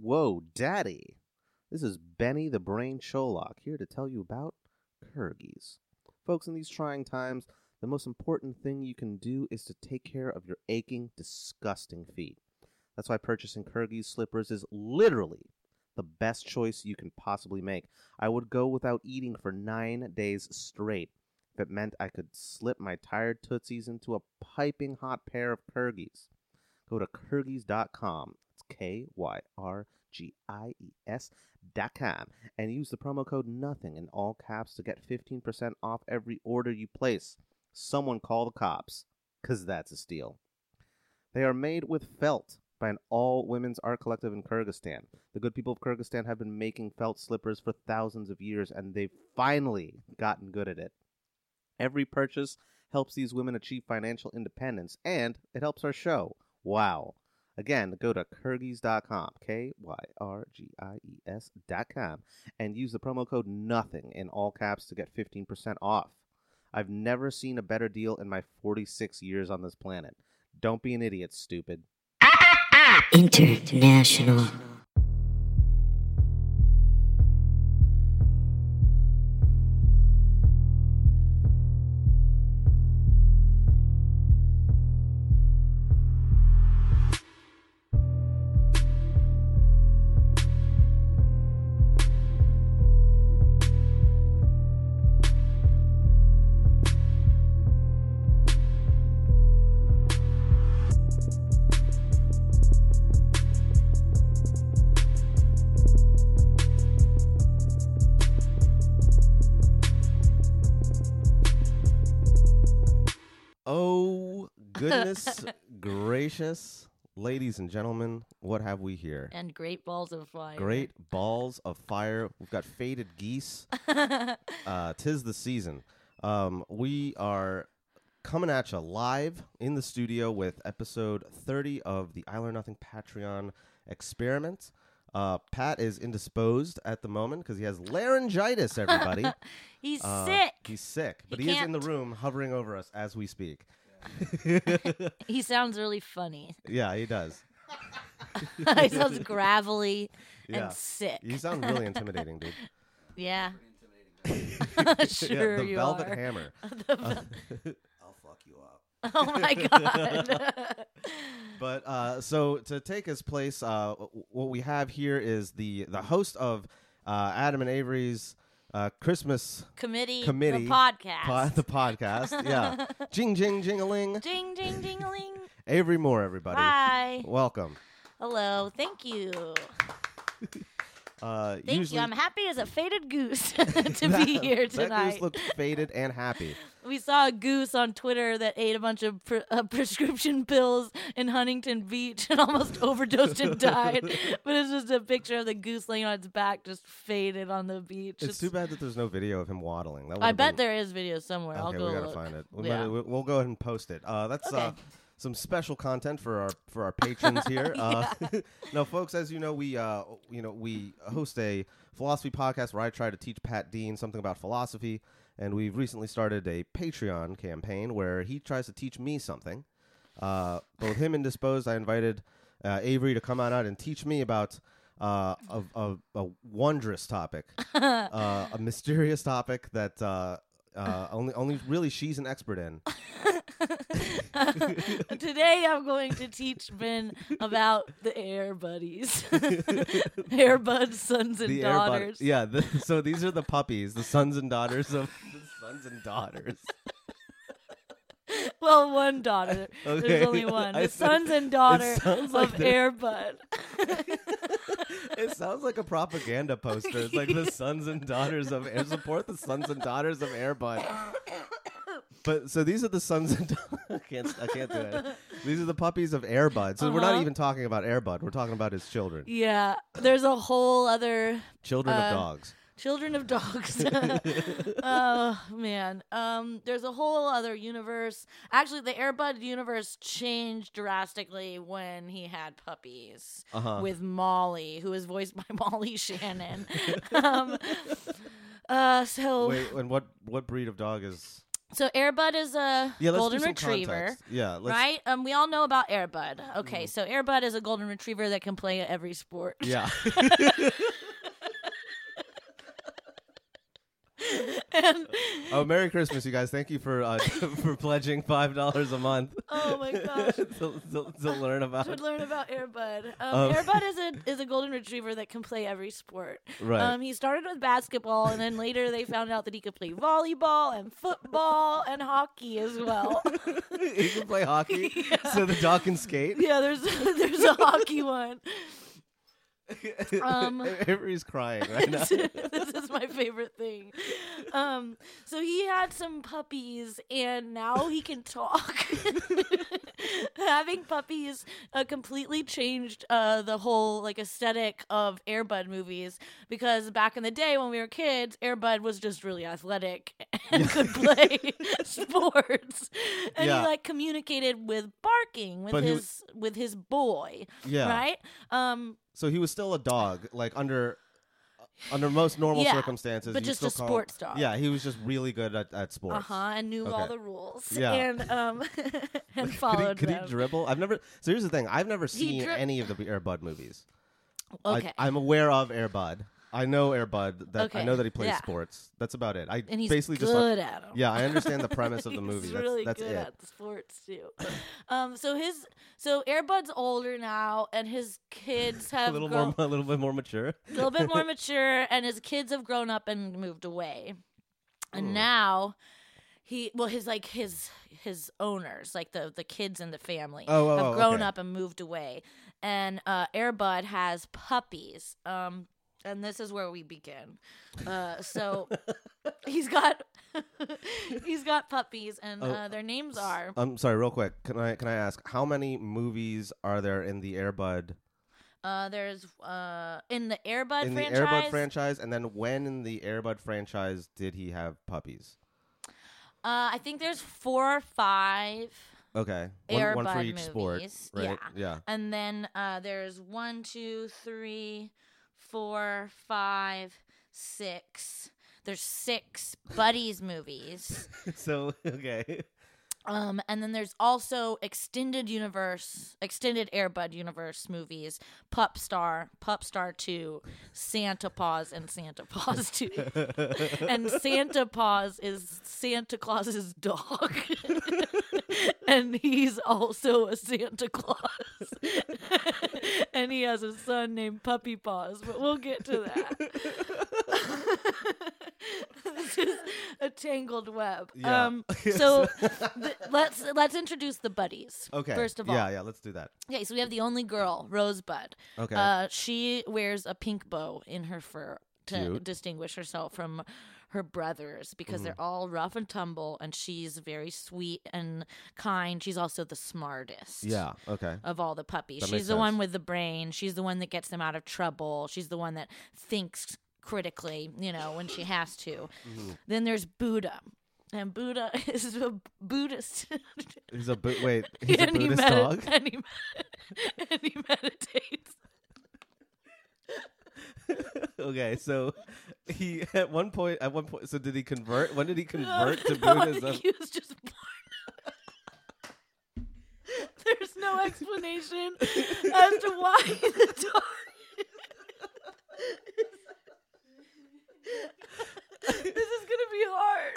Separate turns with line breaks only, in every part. Whoa, Daddy! This is Benny the Brain Sherlock here to tell you about Kurgis. Folks, in these trying times, the most important thing you can do is to take care of your aching, disgusting feet. That's why purchasing Kurgis slippers is literally the best choice you can possibly make. I would go without eating for nine days straight if it meant I could slip my tired tootsies into a piping hot pair of Kurgis. Go to Kyrgyz.com. It's K Y R G I E S.com. And use the promo code NOTHING in all caps to get 15% off every order you place. Someone call the cops, because that's a steal. They are made with felt by an all women's art collective in Kyrgyzstan. The good people of Kyrgyzstan have been making felt slippers for thousands of years, and they've finally gotten good at it. Every purchase helps these women achieve financial independence, and it helps our show. Wow. Again, go to Kyrgyz.com, K Y R G I E S.com, and use the promo code NOTHING in all caps to get 15% off. I've never seen a better deal in my 46 years on this planet. Don't be an idiot, stupid.
International.
Oh, goodness gracious. Ladies and gentlemen, what have we here?
and great balls of fire.
Great balls of fire. We've got faded geese. uh, tis the season. Um, we are coming at you live in the studio with episode 30 of the I Learn Nothing Patreon experiment. Uh, Pat is indisposed at the moment because he has laryngitis, everybody.
He's
Uh,
sick.
He's sick, but he,
He
is in the
can't.
room hovering over us as we speak.
He sounds really funny.
yeah, he does.
he sounds gravelly
Yeah.
and sick.
You sound really intimidating, dude.
yeah.
yeah,
sure
the
you
velvet
are.
hammer.
The vel-
I'll fuck you up.
oh my god.
But uh, so to take his place, uh, w- what we have here is the the host of uh, Adam and Avery's uh, Christmas
Committee,
Committee.
the podcast.
pod, the podcast. Yeah, jing jing jing-a-ling.
Ding ding ding ling.
Avery Moore, everybody,
Hi.
welcome.
Hello. Thank you.
Uh,
Thank
usually,
you. I'm happy as a faded goose to be
that-
here
That
tonight.
goose looked faded and happy.
We saw a goose on Twitter that ate a bunch of pre- uh, prescription pills in Huntington Beach and almost overdosed and died. But it's just a picture of the goose laying on its back, just faded on the beach.
It's too bad that there's no video of him waddling. That
I
would've
bet
been-
there is video somewhere. I'll
Okay,
go
we gotta
look.
find it. We
Yeah.
might- we- we'll go ahead and post it. Uh, that's uh,
Okay.
some special content for our for our patrons here. Uh, no, folks, as you know, we uh, you know we host a philosophy podcast where I try to teach Pat Dean something about philosophy, and we've recently started a Patreon campaign where he tries to teach me something. Uh, both him and Disposed, I invited uh, Avery to come on out and teach me about uh, a, a, a wondrous topic, uh, a mysterious topic that uh, uh, only only really she's an expert in.
Today I'm going to teach Ben about the Air Buddies, Air Buds, sons and
The air bud-
daughters.
yeah. The, so these are the puppies, the sons and daughters of the sons and daughters.
Well, one daughter.
Okay.
There's only one.
I
The
said-
sons and daughter
sounds like
of
they're-
Air Bud.
It sounds like a propaganda poster. It's like the sons and daughters of air. Support the sons and daughters of Airbud. But so these are the sons and da- I can't I can't do it. These are the puppies of Airbud. So we're not
Uh-huh.
even talking about Airbud. We're talking about his children,
Yeah, there's a whole other
children
Uh,
of dogs.
children of dogs. oh man, um, there's a whole other universe. Actually, the Airbud universe changed drastically when he had puppies
Uh huh.
with Molly, who is voiced by Molly Shannon. um, uh, so
Wait, and what what breed of dog is
So Airbud is a
Yeah, let's
golden
do some
retriever.
Context. Yeah, let's,
Right? Um, we all know about Airbud. Okay,
Mhm.
so Airbud is a golden retriever that can play every sport.
Yeah,
and
oh, Merry Christmas, you guys! Thank you for uh, for pledging five dollars a month.
Oh my gosh.
to, to, to learn about
to learn about Airbud. Um,
Um,
Airbud is a is a golden retriever that can play every sport.
right.
Um, he started with basketball, and then later they found out that he could play volleyball and football and hockey as well.
you can play hockey,
Yeah.
so the dog can skate.
yeah, there's there's a hockey one. Um,
Avery's crying right now.
this is my favorite thing. Um, so he had some puppies, and now he can talk. Having puppies uh, completely changed uh, the whole like aesthetic of Airbud movies because back in the day when we were kids, Airbud was just really athletic and could play sports, and
Yeah.
he like communicated with barking with
But he
his with his boy,
Yeah.
right? Um,
So he was still a dog, like under uh, under most normal
Yeah,
circumstances.
but
you
just
still
a
call-
sports dog.
Yeah, he was just really good at, at sports.
Uh huh. And knew all
Okay.
the rules.
Yeah.
And um and
Could, he,
followed
could he
them.
dribble? I've never. So here's the thing: I've never seen
dri-
any of the Airbud movies.
okay.
I, am aware of Airbud. I know Airbud. That I
Okay,
know that he plays
yeah.
sports. That's about it. I
and he's
basically
good
just. like-
at them.
yeah, I understand the premise of the
He's
movie. That's,
really
that's
good
it.
at sports too. Um, so his so Airbud's older now, and his kids have
a little
grown,
more, a little bit more mature.
a little bit more mature, and his kids have grown up and moved away, and
Mm.
now he well his like his his owners like the the kids in the family
Oh, oh,
have
oh,
grown
okay.
up and moved away, and uh, Airbud has puppies. Um, and this is where we begin. Uh, so he's got he's got puppies, and
Oh,
uh, their names are
I'm Um, sorry, real quick. Can I can I ask how many movies are there in the Airbud
uh, there's uh, in the Airbud
in
franchise.
the Airbud franchise? And then when in the Airbud franchise did he have puppies?
uh, I think there's four or five,
Okay, one, one for
Airbud
each sport,
movies,
right?
yeah.
Yeah.
and then uh, there's one, two, three, four, five, six. There's six buddies movies.
so okay,
Um, and then there's also extended universe, extended Airbud universe movies, Pup Star, Pup Star Two, Santa Paws, and Santa Paws Two. and Santa Paws is Santa Claus's dog, and he's also a Santa Claus, and he has a son named Puppy Paws. But we'll get to that. this is a tangled web.
Yeah.
Um, so th- let's let's introduce the buddies.
okay.
First of all,
yeah, yeah. Let's do that.
okay. So we have the only girl, Rosebud.
Okay.
Uh, she wears a pink bow in her fur to
Cute. Mm-hmm.
distinguish herself from her brothers because they're all rough and tumble, and she's very sweet and kind. She's also the smartest.
yeah. Okay.
Of all the puppies,
That
she's
makes
the one
sense.
with the brain. She's the one that gets them out of trouble. She's the one that thinks critically, you know, when she has to.
Mm-hmm.
Then there's Buddha. And Buddha is a Buddhist.
He's a bu- wait. He's a
he
Buddhist
medi-
dog.
And he, med- and he meditates.
okay, so he at one point at one point. So did he convert? When did he convert to
No, I
Buddhism?
think he was just born. There's no explanation as to why the dog. this is gonna be hard.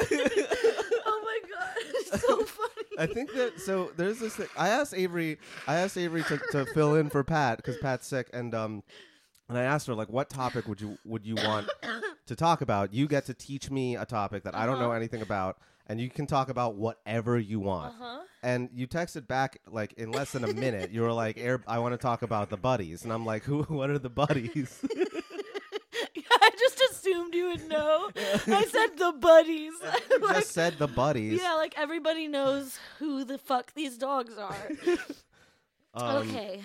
oh my god, it's so funny.
I think that so there's this thing. I asked Avery I asked Avery to, to fill in for Pat because Pat's sick and um and I asked her like what topic would you would you want to talk about? You get to teach me a topic that I don't know anything about and you can talk about whatever you want.
Uh-huh.
And you texted back like in less than a minute. You were like, Air, I want to talk about the buddies, and I'm like, who? What are the buddies?
Yeah, I just assumed you would know. I said the buddies.
You
Like,
just said the buddies.
yeah, like everybody knows who the fuck these dogs are.
Um,
okay.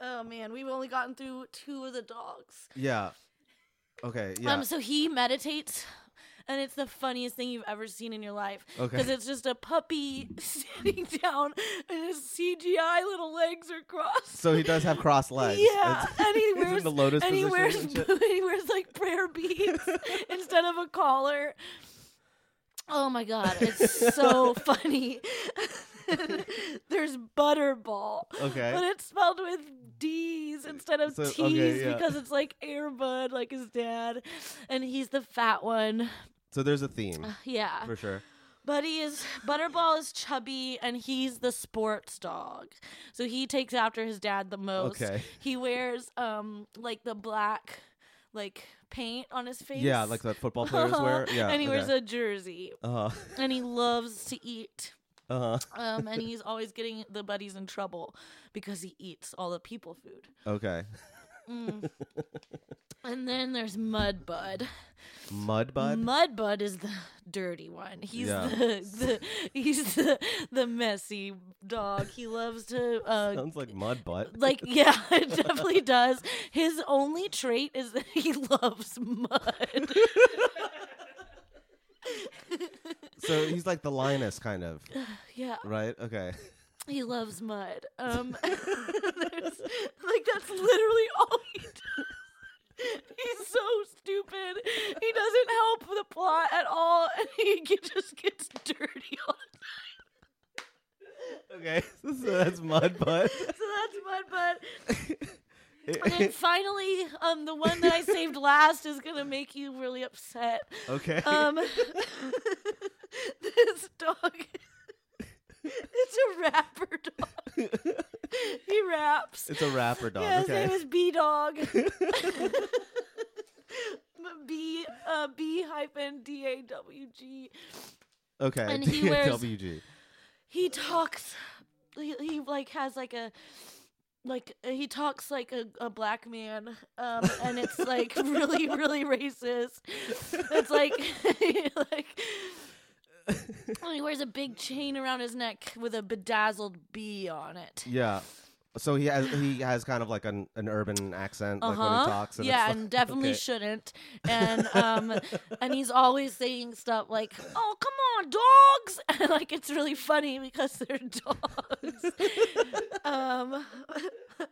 Oh man, we've only gotten through two of the dogs.
Yeah. Okay. Yeah.
Um, so he meditates, and it's the funniest thing you've ever seen in your life.
Okay.
Because it's just a puppy sitting down, and his CGI little legs are crossed.
so he does have crossed legs.
Yeah,
It's-
and he
he's in
wears
the lotus
and he
position
wears
and shit.
he wears like prayer beads instead of a collar. Oh my god, it's so funny. There's Butterball.
Okay.
But it's spelled with D's instead of
So-
T's
okay, yeah.
because it's like Airbud, like his dad. And he's the fat one.
So there's a theme
Uh, Yeah.
for sure.
But he is Butterball is chubby and he's the sports dog. So he takes after his dad the most.
Okay.
He wears um like the black like paint on his face.
Yeah, like the football players wear. Yeah.
and he
okay.
wears a jersey.
Uh
And he loves to eat.
huh. Uh
Um, and he's always getting the buddies in trouble because he eats all the people food.
huh. Okay.
Mm. and then there's Mudbud.
Mudbud.
Mudbud is the dirty one. He's
Yeah.
the, the he's the, the messy dog. He loves to uh,
Sounds like mud butt.
like yeah, it definitely does. His only trait is that he loves mud.
so he's like the lioness kind of,
yeah,
right? Okay.
he loves mud. Um, there's- like that's literally all he does. He's so stupid. He doesn't help the plot at all, and he ge- just gets dirty all the
Okay. so that's mud butt.
So that's Mud Butt. And then finally, um, the one that I saved last is gonna make you really upset.
okay.
Um, this dog, it's a rapper dog. He raps.
it's a rapper dog.
yeah, his
okay.
name is B Dog. B uh, B hyphen D A W G.
okay.
and he wears-
DAWG.
he talks he, he like has like a like he talks like a, a black man um and it's like really really racist it's like like and he wears a big chain around his neck with a bedazzled b on it
Yeah. So he has he has kind of like an, an urban accent like when he talks. And
Uh-huh. yeah,
it's
and definitely
okay.
shouldn't. And um, and he's always saying stuff like, "Oh, come on, dogs!" And like it's really funny because they're dogs. um,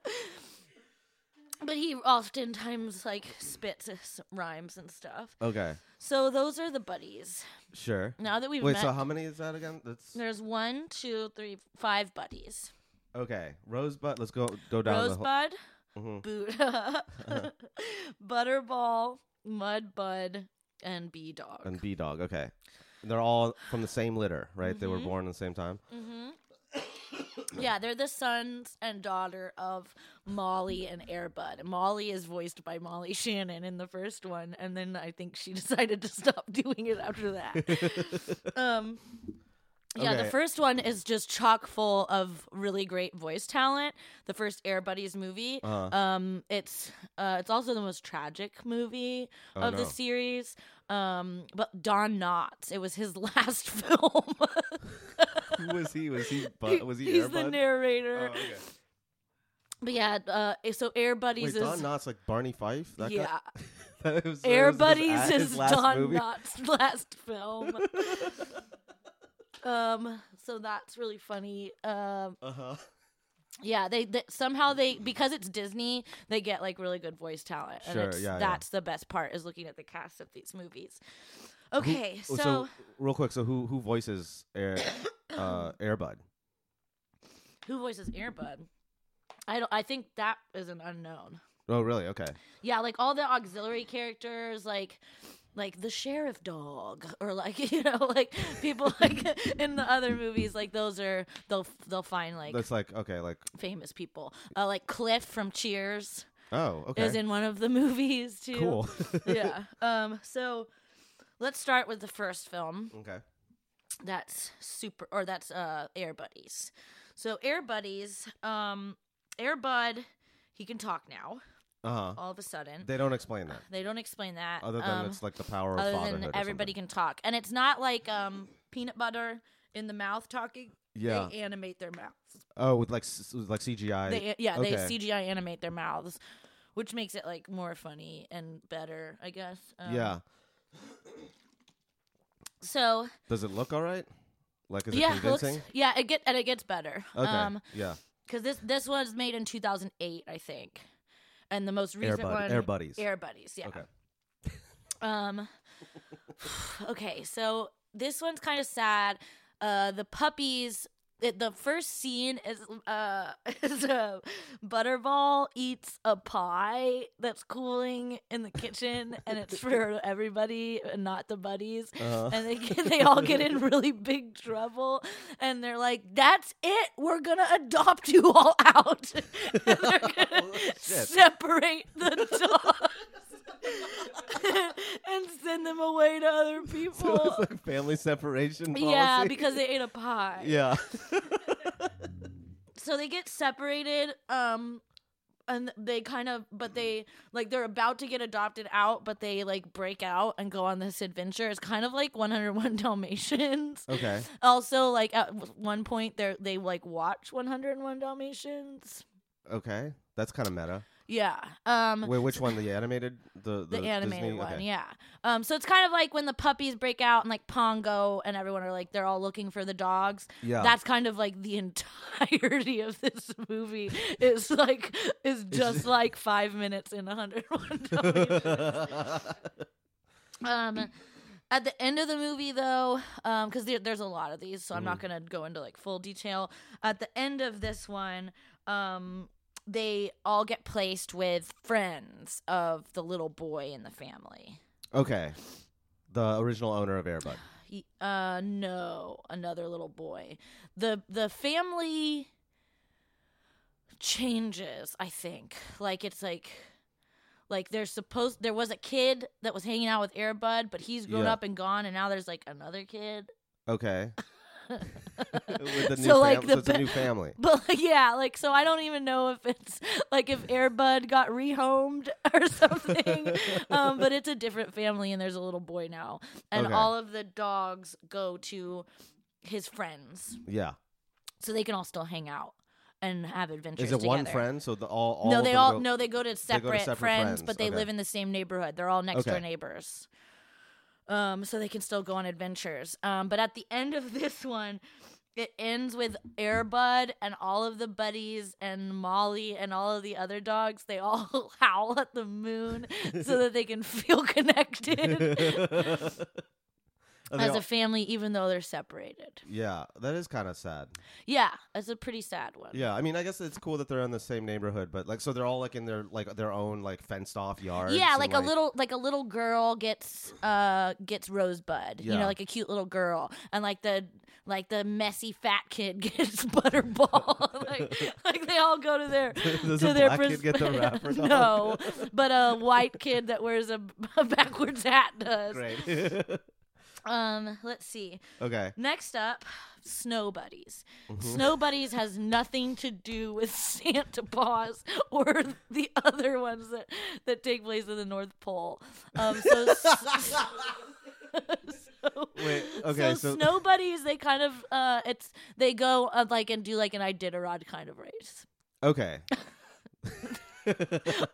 but he oftentimes like spits s- rhymes and stuff.
like, okay,
So those are the buddies.
sure.
Now that we've
Wait,
met,
so how many is that again? That's
there's one, two, three, five buddies.
okay. Rosebud. Let's go go down the whole.
Rosebud,
Mhm.
Buddha, Butterball, Mudbud, and B Dog.
and B Dog. Okay, they're all from the same litter, right? They
Mm-hmm.
were born at the same time.
hmm yeah, they're the sons and daughter of Molly and Airbud. Molly is voiced by Molly Shannon in the first one, and then I think she decided to stop doing it after that. um, yeah, the
Okay.
first one is just chock full of really great voice talent. The first Air Buddies movie.
Uh-huh.
Um, it's uh, it's also the most tragic movie
Oh,
of the
no.
series. Um, but Don Knotts, it was his last film.
Who was he? Was he?
He-
Bu- was he?
he's
Airbud?
the
Oh,
narrator.
okay.
But yeah, uh, so Air Buddies
Wait, Don
is
Knotts like Barney Fife? That guy?
yeah,
That was- that
Air
was his
Buddies
ad- his
is
last
Don
movie?
Knotts' last film. um, so that's really funny. Um,
Uh-huh.
yeah, they, they somehow they because it's Disney, they get like really good voice talent, and
Sure,
it's,
yeah, yeah.
that's the best part is looking at the cast of these movies. Okay,
Oh,
so
real quick, so who who voices Air uh Airbud?
who voices Airbud? I don't. I think that is an unknown.
Oh, really? Okay.
Yeah, like all the auxiliary characters, like like the sheriff dog, or like you know, like people like in the other movies, like those are they'll they'll find like
That's like okay, like
famous people, uh, like Cliff from Cheers
oh, okay.
is in one of the movies too.
cool.
yeah. Um. So let's start with the first film.
okay.
That's super, or that's uh Air Buddies. So Air Buddies, um, Air Bud, he can talk now.
Uh-huh.
All of a sudden,
They don't explain that.
they don't explain that.
Other than
um,
it's like the power of
other
fatherhood.
than
or
everybody can talk and it's not like um peanut butter in the mouth talking
something. Yeah.
they animate their mouths
Oh, with like s- with like CGI.
they yeah they
okay.
cgi animate their mouths which makes it like more funny and better i guess um,
yeah.
so
Does it look all right? Like is
yeah it
it
looks-
convincing?
yeah it get and it gets better
okay.
um
yeah.
because this this was made in 2008 i think and the most recent
Bud-
one
Air Buddies.
air buddies yeah
Okay.
um okay so this one's kind of sad. Uh, the puppies. It, the first scene is uh is uh, Butterball eats a pie that's cooling in the kitchen, and it's for everybody, and not the buddies.
Uh-huh.
And they get, they all get in really big trouble, and they're like, "That's it. We're gonna adopt you all out. And they're gonna
shit.
separate the dogs." and send them away to other
So
people.
it's like family separation policy.
Yeah, because they ate a pie.
yeah.
So they get separated. Um, and they kind of, but they like they're about to get adopted out, but they like break out and go on this adventure. It's kind of like 101 Dalmatians.
okay.
Also, like at w- one point, they are they like watch 101 Dalmatians.
Okay. That's kind of meta.
Yeah. Um.
Wait, which one? The animated? The
the, animated
Disney?
one,
Okay.
yeah. Um, so it's kind of like when the puppies break out and like Pongo and everyone are like they're all looking for the dogs.
Yeah.
That's kind of like the entirety of this movie is like is just like five minutes in 101 Dalmatians. um, at the end of the movie, though, because there, there's a lot of these, so I'm not gonna go into like full detail. At the end of this one, um, they all get placed with friends of the little boy in the family.
okay. The original owner of Airbud.
He, uh, no, another little boy. The the family changes. I think like it's like. Like there's supposed there was a kid that was hanging out with Airbud, but he's grown
Yeah.
up and gone, and now there's like another kid.
Okay. With the new
So, like,
fam-
the
so it's a
ba-
new family.
But like, yeah, like so I don't even know if it's like if Airbud got rehomed or something. um, but it's a different family and there's a little boy now. And
Okay.
all of the dogs go to his friends.
Yeah.
So they can all still hang out and have adventures.
Is it one
together.
friend? So the all, all
no,
of
they
them
all
go-
no, they go to separate,
separate
friends,
friends.
but they
Okay.
live in the same neighborhood. They're all next door
Okay.
neighbors. Um, so they can still go on adventures. Um, but at the end of this one, it ends with Airbud and all of the buddies and Molly and all of the other dogs. They all howl at the moon so that they can feel connected
Are they
as
all-
a family, even though they're separated.
yeah, that is kind of sad.
Yeah, it's a pretty sad one.
Yeah, I mean, I guess it's cool that they're in the same neighborhood, but like, so they're all like in their like their own like fenced off yards.
Yeah,
and,
like a little like a little girl gets uh gets Rosebud. You
Yeah.
know, like a cute little girl. And like the like the messy fat kid gets Butterball. like like they all go to their
Does
to
a
their
black kid get the rapper dog?
No. But a white kid that wears a, a backwards hat does.
Great.
Um, let's see.
okay.
Next up, Snow Buddies.
Mhm.
Snow Buddies has nothing to do with Santa Paws or the other ones that, that take place in the North Pole. Um, so, so,
Wait. Okay.
so
So,
Snow Buddies, they kind of uh, it's they go uh, like and do like an Iditarod kind of race.
okay.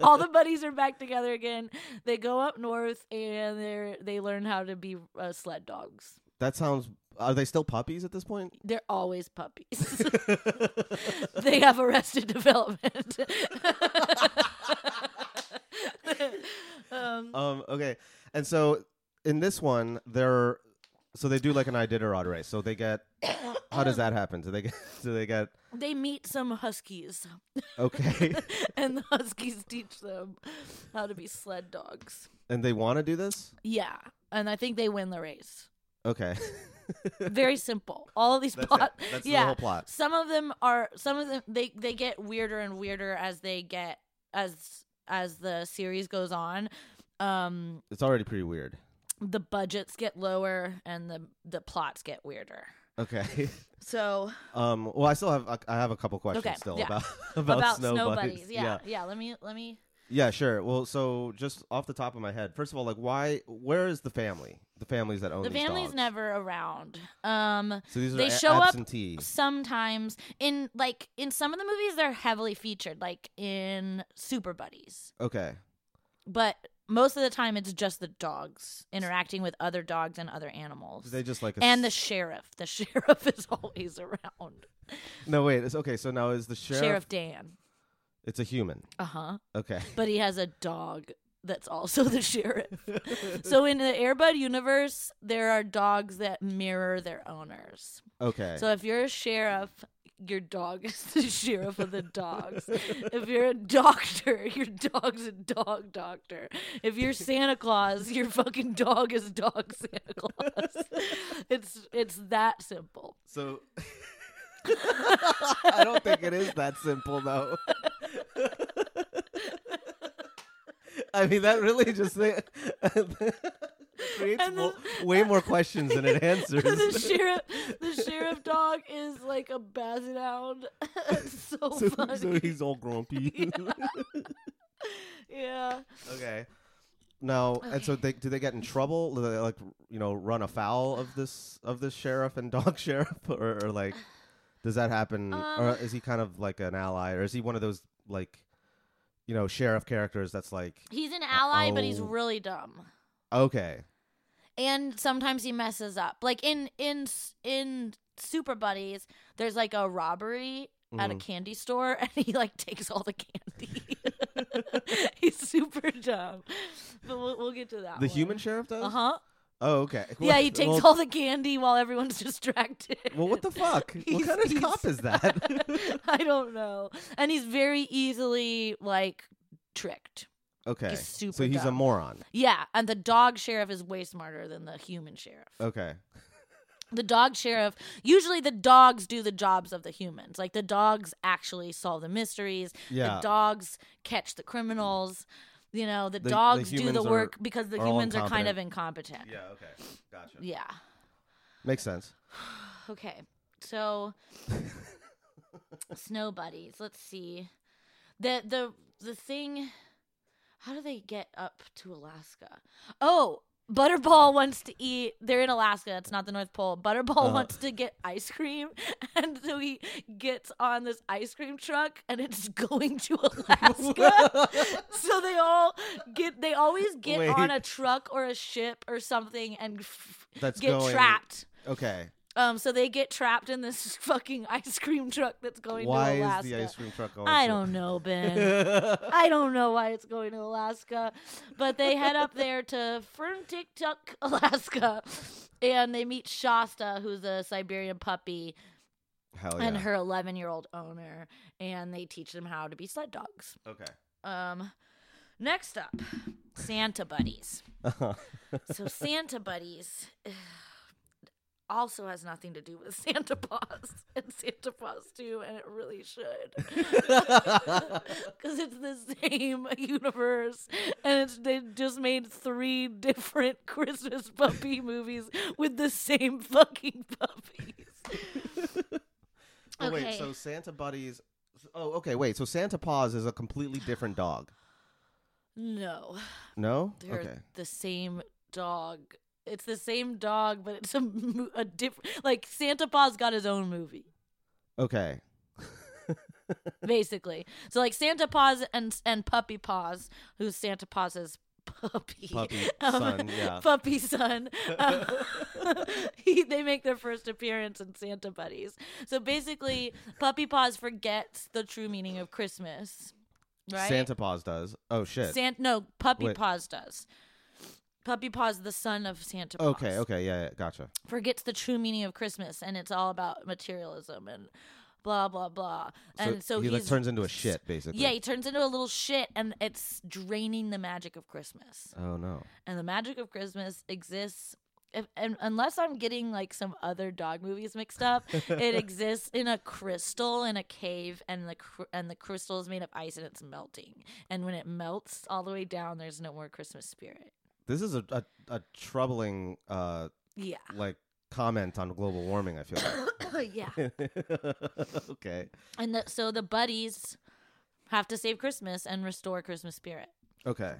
All the buddies are back together again. They go up north and they are they learn how to be uh, sled dogs.
That sounds. Are they still puppies at this point?
They're always puppies. they have arrested development. um,
um. Okay. And so in this one, they're so they do like an Iditarod race. So they get. How does that happen? Do they get? Do they get?
they meet some huskies,
Okay.
and the huskies teach them how to be sled dogs.
and they want to do this.
Yeah, and I think they win the race.
Okay.
Very simple. All these
That's
plot.
it. That's
yeah.
the whole plot.
Some of them are. Some of them they they get weirder and weirder as they get as as the series goes on. Um,
It's already pretty weird.
the budgets get lower and the the plots get weirder.
Okay.
So
Um. Well, I still have I- I have a couple questions
Okay,
still
yeah.
about about,
about,
snow, buddies.
Yeah, yeah, Let me let me.
Yeah, sure. Well, so just off the top of my head, first of all, like why? Where is the family? The families that own
The
these
family's
dogs?
never around. Um,
So these
They
are a-
show up-
absentee.
sometimes in like in some of the movies they're heavily featured, like in Super Buddies,
Okay.
but most of the time it's just the dogs interacting with other dogs and other animals.
They just like a
and the
s-
sheriff. The sheriff is always around.
no wait. It's okay. So now is the sheriff?
Sheriff Dan.
It's a human.
Uh huh.
Okay.
But he has a dog that's also the sheriff. so in the Airbud universe, there are dogs that mirror their owners.
Okay.
So if you're a sheriff, your dog is the sheriff of the dogs. if you're a doctor, your dog's a dog doctor. If you're Santa Claus, your fucking dog is dog Santa Claus. it's it's that simple.
So I don't think it is that simple though. I mean, that really just creates
And
mo-
the-
way more questions than it answers.
the sheriff the sheriff dog is like a basset hound. it's so,
so,
funny.
so he's all grumpy.
yeah.
okay. No, and so
Okay.
they, do they get in trouble? Do they like you know run afoul of this of this sheriff and dog sheriff, or, or like does that happen? or
Um,
is he kind of like an ally, or is he one of those like you know sheriff characters that's like
He's an ally, but he's
Uh-oh.
really dumb.
okay,
and sometimes he messes up like in in s- in super buddies there's like a robbery at a
Mhm.
candy store and he like takes all the candy he's super dumb but we'll, we'll get to that
the human sheriff does?
uh-huh
Oh, okay.
yeah he takes
well,
all the candy while everyone's distracted
Well, what the fuck? what
He's-
kind of
he's-
cop is that?
i don't know and he's very easily like tricked
okay,
he's super
so he's a
dumb.
moron.
yeah and the dog sheriff is way smarter than the human sheriff
Okay,
the dog sheriff usually the dogs do the jobs of the humans like the dogs actually solve the mysteries
yeah.
the dogs catch the criminals you know the,
The- the
dogs do the
humans are-
work because the
are all
humans are kind of incompetent
yeah. Okay. Gotcha.
yeah
Makes sense.
okay so snow buddies let's see the the the thing how do they get up to alaska oh butterball wants to eat they're in alaska it's not the north pole butterball
Uh.
wants to get ice cream and so he gets on this ice cream truck and it's going to alaska so they all get they always get
Wait.
on a truck or a ship or something and f-
That's
get
going-
trapped
Okay.
um, so they get trapped in this fucking ice cream truck that's going
Why
to Alaska.
is the ice cream truck going?
I
to-
don't know, Ben. I don't know why it's going to Alaska, but they head up there to Ferntiktuk, Alaska, and they meet Shasta, who's a Siberian puppy,
Hell Oh, yeah.
and her 11 year old owner, and they teach them how to be sled dogs.
Okay.
Um, next up, Santa buddies.
Uh-huh.
So Santa buddies also has nothing to do with Santa Paws and Santa Paws too, and it really should because it's the same universe, and it's they just made three different Christmas puppy movies with the same fucking puppies.
Oh, Wait.
Okay.
So Santa Buddies. Oh, okay. Wait. So Santa Paws is a completely different dog.
No,
No.
they're
okay.
the same dog. It's the same dog, but it's a, mo- a different. Like Santa Paws got his own movie.
Okay.
basically. So like Santa Paws and and Puppy Paws, who's Santa Paws' puppy, Um,
Puppy son, yeah.
puppy son. Um, he, they make their first appearance in Santa Buddies. So basically, Puppy Paws forgets the true meaning of Christmas, right?
Santa Paws does. Oh shit.
San- no, Puppy
Wait.
Paws does. Puppy Paws, the son of Santa Paws
okay. Okay. Yeah. yeah gotcha.
forgets the true meaning of Christmas and it's all about materialism and blah blah blah. And so,
he
he's
like, turns into a shit basically.
Yeah, he turns into a little shit and it's draining the magic of Christmas.
Oh no.
And the magic of Christmas exists if, and unless I'm getting like some other dog movies mixed up, it exists in a crystal in a cave, and the cr- and the crystal is made of ice and it's melting. And when it melts all the way down, there's no more Christmas spirit.
This is a a, a troubling uh
Yeah,
like comment on global warming. I feel
yeah.
like. okay.
And the, so the buddies have to save Christmas and restore Christmas spirit.
Okay.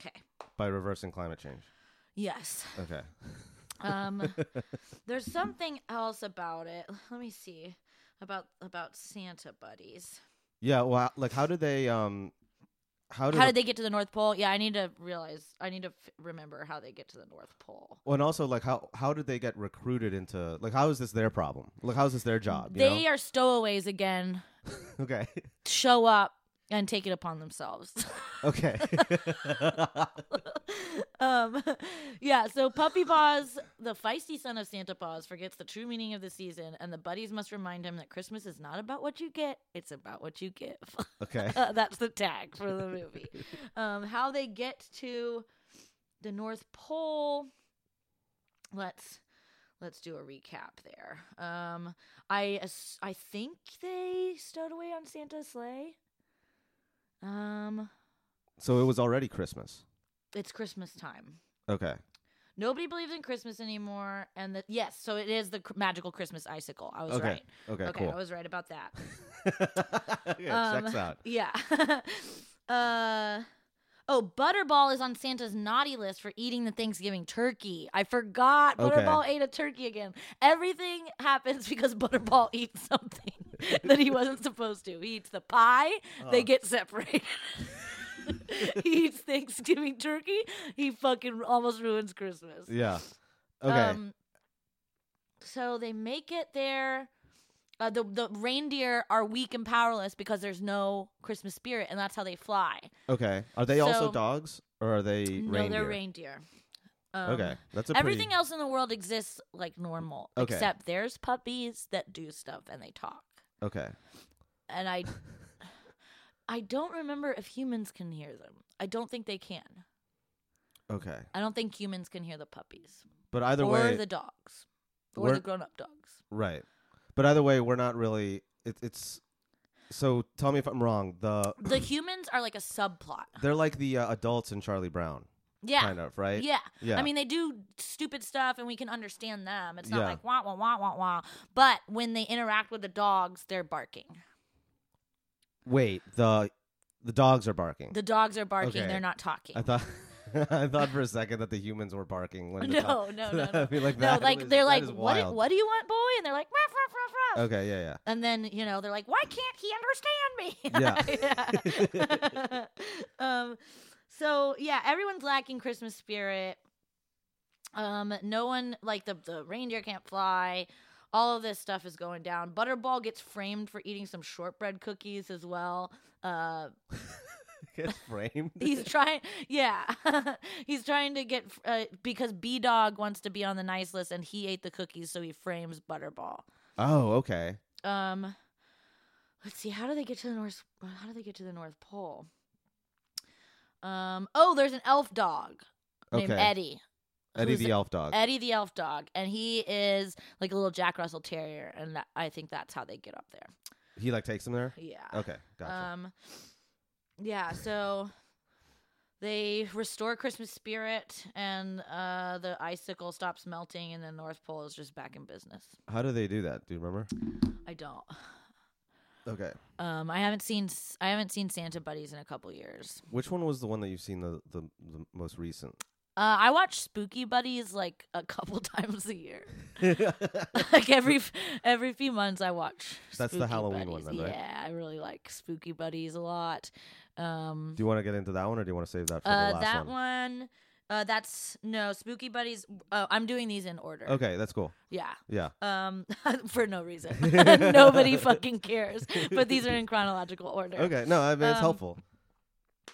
Okay.
By reversing climate change.
Yes.
Okay.
Um, there's something else about it. Let me see about about Santa buddies.
Yeah. Well, like, how did they? Um, how did?
How did they get to the North Pole? Yeah, I need to realize. I need to f- remember how they get to the North Pole.
well, and also, like, how how did they get recruited into? Like, how is this their problem? Like, how is this their job? You
They are stowaways again.
know? okay.
Show up and take it upon themselves.
Okay.
um, yeah, so Puppy Paws, the feisty son of Santa Paws, forgets the true meaning of the season, and the buddies must remind him that Christmas is not about what you get, it's about what you give.
okay.
Uh, that's the tag for the movie. Um, how they get to the North Pole. Let's let's do a recap there. Um, I ass- I think they stowed away on Santa's sleigh. Um,
So it was already Christmas.
it's Christmas time.
Okay.
Nobody believes in Christmas anymore, and that yes, so it is the cr- magical Christmas icicle. I was
Okay.
right.
Okay.
Okay,
cool.
I was right about that.
okay,
Um,
checks out.
Yeah. uh Oh, Butterball is on Santa's naughty list for eating the Thanksgiving turkey. I forgot
Okay.
Butterball ate a turkey again. Everything happens because Butterball eats something that he wasn't supposed to. He eats the pie, they get separated. he eats Thanksgiving turkey. He fucking almost ruins Christmas.
Yeah. Okay.
Um, so they make it there. Uh, the the reindeer are weak and powerless because there's no Christmas spirit, and that's how they fly.
okay. Are they also
so-
dogs or are they
no,
reindeer?
they're reindeer. Um,
Okay. That's a
Everything
pretty,
else in the world exists like normal,
Okay.
except there's puppies that do stuff and they talk.
Okay.
And I, I don't remember if humans can hear them. I don't think they can.
Okay.
I don't think humans can hear the puppies
But either
or
way,
the dogs or
we're-
the grown-up dogs.
right. But either way, we're not really. It, it's. So tell me if I'm wrong. The
The humans are like a subplot.
they're like the uh, adults in Charlie Brown,
Yeah.
kind of, right?
Yeah.
Yeah.
I mean, they do stupid stuff and we can understand them. It's not
Yeah.
like wah, wah, wah, wah, wah. But when they interact with the dogs, they're barking.
Wait. The the dogs are barking.
The dogs are barking.
Okay.
They're not talking.
I thought. I thought for a second that the humans were barking. When the
No,
dog-
no, no, no.
I mean, like
no,
that
like
is-
they're
that
like,
is
what, do-
wild.
what do you want, boy? And they're like, ruff, ruff, ruff, ruff.
Okay. Yeah. Yeah.
And then, you know, they're like, why can't he understand me? Yeah. um, so, yeah, everyone's lacking Christmas spirit. Um, no one, like, the, the reindeer can't fly. All of this stuff is going down. Butterball gets framed for eating some shortbread cookies as well. Uh,
Gets framed.
he's trying, yeah, he's trying to get uh, because B Dog wants to be on the nice list, and he ate the cookies, so he frames Butterball.
Oh, okay.
Um, let's see. How do they get to the North? How do they get to the North Pole? Um. Oh, there's an elf dog named
Okay.
Eddie.
Eddie
who's
the elf dog.
Eddie the elf dog, and he is like a little Jack Russell Terrier, and that, I think that's how they get up there.
He like takes him there.
Yeah.
Okay, Oh, gotcha.
Um, yeah, so they restore Christmas spirit, and uh, the icicle stops melting, and the North Pole is just back in business.
How do they do that? Do you remember?
I don't.
Okay.
Um, I haven't seen s- I haven't seen Santa Buddies in a couple years.
Which one was the one that you've seen the the, the most recent?
Uh, I watch Spooky Buddies like a couple times a year, like every f- every few months I watch.
That's the
Spooky
Halloween one
Buddies.
then, right?
Yeah, I really like Spooky Buddies a lot. Um,
do you want to get into that one, or do you want to save that for the
uh,
last
that
one?
one. Uh, that's no Spooky Buddies. Uh, I'm doing these in order.
Okay, that's cool.
Yeah.
Yeah.
Um, for no reason. Nobody fucking cares. But these are in chronological order.
Okay. No, I mean, it's
Um,
helpful.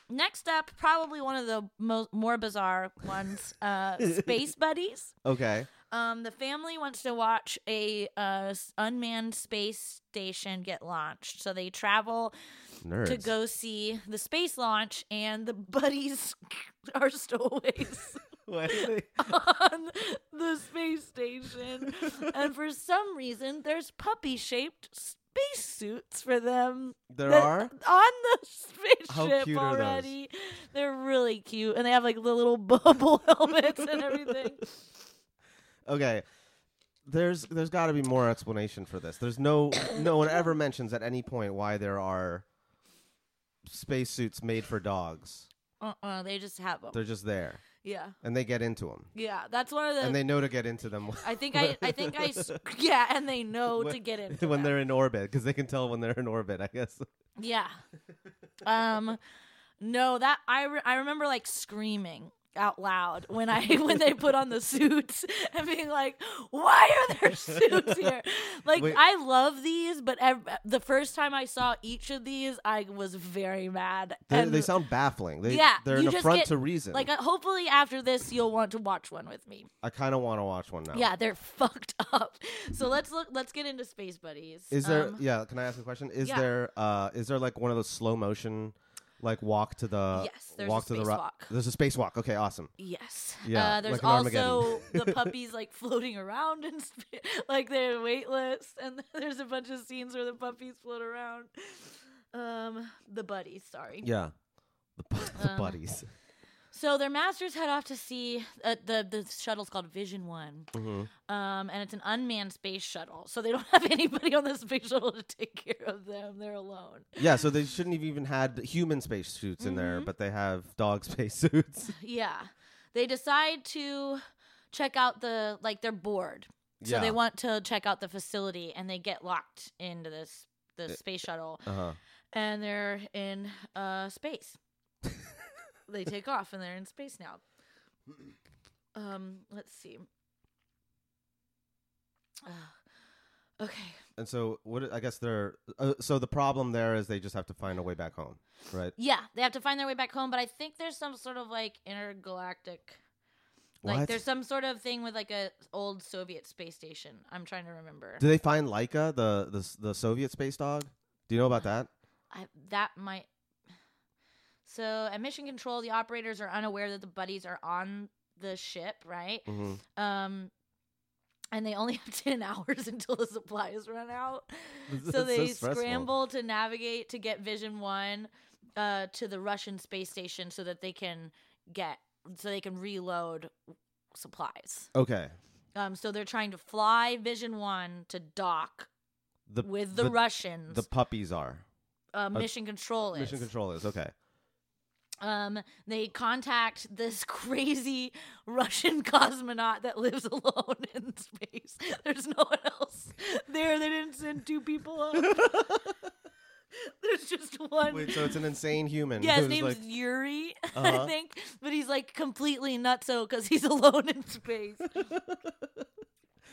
Next up, probably one of the mo- more bizarre ones, uh, space buddies.
Okay.
Um, the family wants to watch a uh, s- unmanned space station get launched, so they travel
Nerds.
to go see the space launch, and the buddies are stowaways
Why do they-
on the space station, and for some reason, there's puppy-shaped spacesuits for them
there
that-
are.
on the
How
spaceship
cute are those?
already. They're really cute, and they have like the little bubble helmets and everything.
Okay. There's there's got to be more explanation for this. There's no no one ever mentions at any point why there are spacesuits made for dogs.
Uh, uh they just have them.
They're just there,
yeah,
and they get into them,
yeah, that's one of the.
and they know to get into them.
I think I, I think I, s- yeah, and they know
When-
to get into them.
when they're in orbit because they can tell when they're in orbit i guess
yeah. Um, No, that I re- I remember like screaming out loud when I when they put on the suits and being like, "Why are there suits here?" Like
Wait.
I love these, but ev- the first time I saw each of these, I was very mad.
They,
and
they sound baffling. They,
Yeah,
they're
you
an
just
affront
get,
to reason.
like uh, hopefully after this, you'll want to watch one with me.
I kind of want to watch one now.
Yeah, they're fucked up. So let's look. Let's get into Space Buddies.
Is there?
Um,
yeah. Can I ask a question? Is
yeah.
there? Uh, is there like one of those slow motion, like walk to the
Yes, there's a
walk to the rock?
spacewalk.
There's a spacewalk. Okay, awesome.
Yes.
Yeah,
Uh, there's
like an
also
Armageddon.
the puppies like floating around and sp- like they're weightless, and there's a bunch of scenes where the puppies float around. Um, the buddies. Sorry.
Yeah, the, bu- the
Um,
buddies.
So their masters head off to sea. Uh, the the shuttle's called Vision One,
hmm
um, and it's an unmanned space shuttle. So they don't have anybody on the space shuttle to take care of them. They're alone.
Yeah, so they shouldn't have even had human space suits in there,
Mhm.
but they have dog space suits.
Yeah. They decide to check out the like they're bored. So they want to check out the facility and they get locked into this the
Uh,
space shuttle
Uh-huh.
and they're in uh space. they take off and they're in space now. Um let's see. Ugh. okay.
And so what? I guess they're. Uh, so the problem there is they just have to find a way back home, right?
Yeah, they have to find their way back home, but I think there's some sort of like intergalactic like
What?
there's some sort of thing with like a old Soviet space station. I'm trying to remember.
Do they find Laika, the the s- the Soviet space dog? Do you know
Uh,
about that?
I, that might. So at mission control, the operators are unaware that the buddies are on the ship, right?
Mm-hmm.
Um, and they only have ten hours until the supplies run out. So they scramble to navigate to get Vision One uh, to the Russian space station so that they can get so they can reload supplies.
Okay.
Um, so they're trying to fly Vision One to dock
The
with the, Russians.
the puppies are
uh, mission control is.
mission control is okay.
um, they contact this crazy Russian cosmonaut that lives alone in space. There's no one else there. They didn't send two people up. There's just one.
Wait, so it's an insane human.
yeah, his
who's
name's
like-
Yuri,
Uh-huh.
I think, but he's like completely nutso because he's alone in space.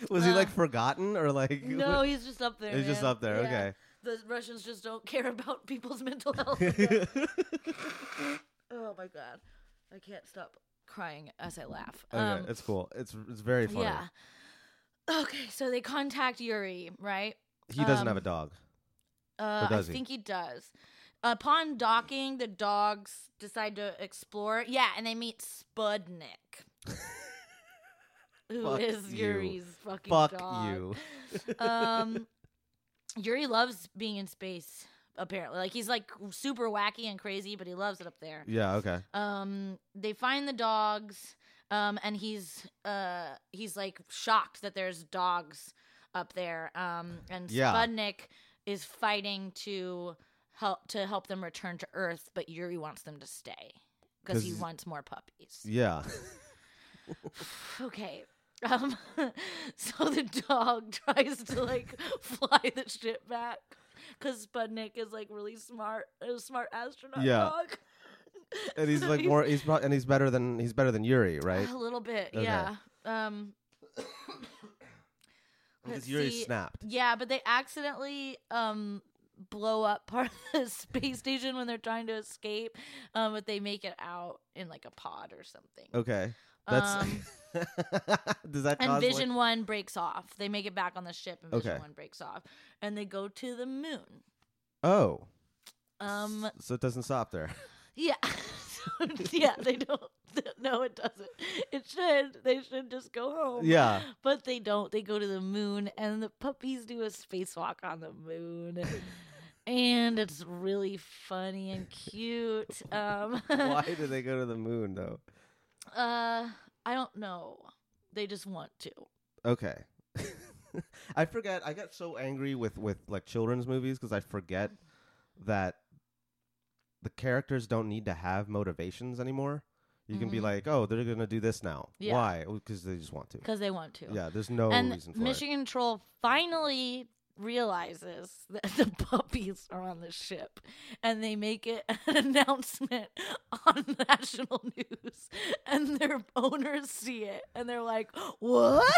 was he
uh,
like forgotten or like?
No, he's just up there.
it's just
man.
up there.
Yeah. The Russians just don't care about people's mental health.
Okay.
oh my god, I can't stop crying as I laugh.
okay, it's cool. It's it's very funny.
Um, Yeah. Okay, so they contact Yuri, right?
He doesn't have
Um,
a dog.
Uh,
does
I
he?
think he does. Upon docking, the dogs decide to explore. Yeah, and they meet Spudnik, who
Fuck
is
you.
Yuri's fucking
Fuck
dog.
you.
Um, Yuri loves being in space. Apparently, like he's like super wacky and crazy, but he loves it up there.
Yeah. Okay.
Um, they find the dogs, um, and he's uh he's like shocked that there's dogs up there. Um, and
Yeah.
Spudnik is fighting to help to help them return to Earth, but Yuri wants them to stay because he
'Cause-
wants more puppies.
Yeah.
Okay. Um, so the dog tries to like fly the ship back because Spudnik is like really smart, a smart astronaut
Yeah.
dog.
And he's
So
like more. He's pro- and he's better than he's better than Yuri, right?
A little bit,
Okay.
yeah. Um, let's
Because Yuri
see.
snapped.
Yeah, but they accidentally um blow up part of the space station when they're trying to escape, um, but they make it out in like a pod or something.
Okay. That's.
Um,
does that
and
cause like-
Vision One breaks off. They make it back on the ship, and Vision
Okay.
One breaks off, and they go to the moon.
Oh.
Um,
S- so it doesn't stop there.
Yeah. So, yeah, they don't. No, it doesn't. It should. They should just go home.
Yeah.
But they don't. They go to the moon, and the puppies do a spacewalk on the moon. And it's really funny and cute. Um,
Why do they go to the moon though?
Uh, I don't know. They just want to.
Okay. I forget. I get so angry with with like children's movies because I forget that the characters don't need to have motivations anymore. You can be
Mhm.
like, oh, they're gonna do this now.
Yeah.
Why? Because they just want to.
Because they want to.
Yeah. There's no
and
reason for
Mission Control finally realizes that the puppies are on the ship and they make it an announcement on national news and their owners see it and they're like what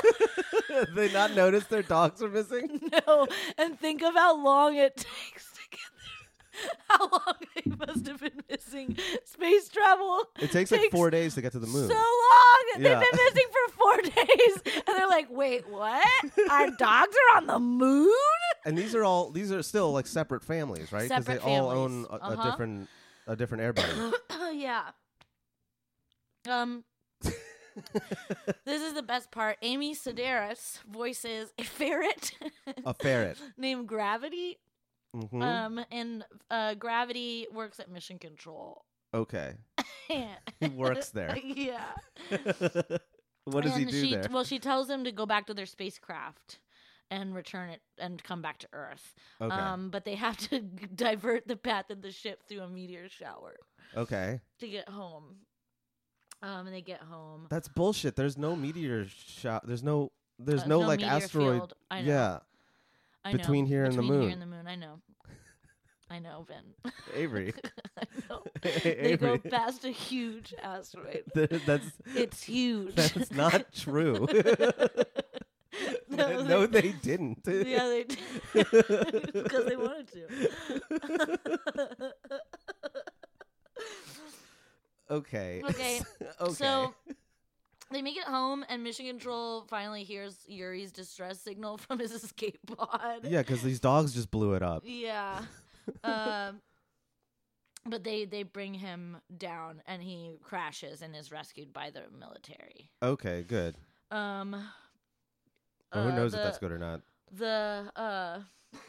they not notice their dogs are missing?
no and think of how long it takes to get there how long they must have been missing space travel
It takes like
Takes
four days to get to the moon.
so long.
Yeah.
They've been missing for four days. And they're like, wait, what? Our dogs are on the moon?
and these are all these are still like separate families, right? Because they
Separate
all own
families.
a, a
Uh-huh.
different a different air buddy.
yeah. Um, this is the best part. Amy Sedaris voices a ferret
a ferret.
named Gravity.
Oh. hmm
Um, and uh, Gravity works at Mission Control.
okay, he works there.
yeah.
what does he
and
do
she,
there?
Well, she tells them to go back to their spacecraft and return it and come back to Earth.
okay,
Um, but they have to g- divert the path of the ship through a meteor shower
okay,
to get home. Um, and they get home.
that's bullshit. There's no meteor shot. There's no. There's
Uh,
no, like
meteor
asteroid.
field. I know,
Yeah,
I know.
between here and the
Between
moon.
Here and the moon. I know. I know, Ben.
Avery.
I know. They go
Avery.
past a huge asteroid.
that's
It's huge.
that's not true.
No,
no,
they-
they didn't.
yeah, they did because they wanted to.
Okay.
Okay.
okay.
So they make it home, and Mission Control finally hears Yuri's distress signal from his escape pod.
yeah, because these dogs just blew it up.
Yeah. um, but they they bring him down, and he crashes and is rescued by the military.
Okay, good.
Um.
Well, who
uh,
knows
the,
if that's good or not?
The uh.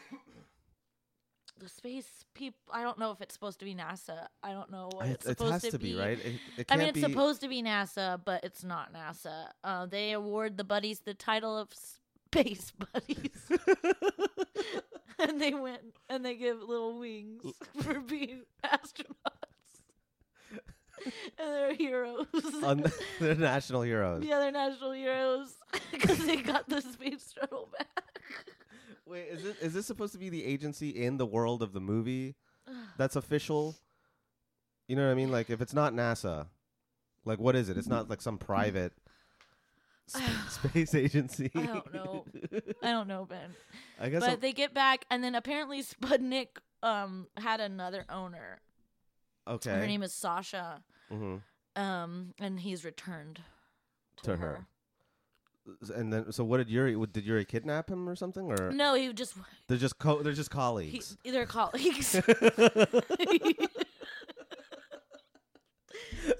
The space people. I don't know if it's supposed to be NASA. I don't know what it's,
It, it
supposed
has to be, right? It, it
I
can't
mean, it's
be.
supposed to be NASA, but it's not NASA. Uh, they award the buddies the title of Space Buddies, and they win, and they give little wings for being astronauts, and they're heroes.
on the, they're national heroes.
yeah, they're national heroes because they got the space shuttle back.
Wait, is it is this supposed to be the agency in the world of the movie that's official? You know what I mean? Like, if it's not NASA, like, what is it? It's not like some private sp- space agency.
I don't know. I don't know, Ben.
I guess.
But
I'm-
they get back, and then apparently Sputnik um, had another owner.
okay.
Her name is Sasha.
hmm
um, and he's returned to,
To her. And then, so what did Yuri? what- Did Yuri kidnap him or something? Or
No, he just
they're just co- they're just
he,
colleagues.
they're colleagues.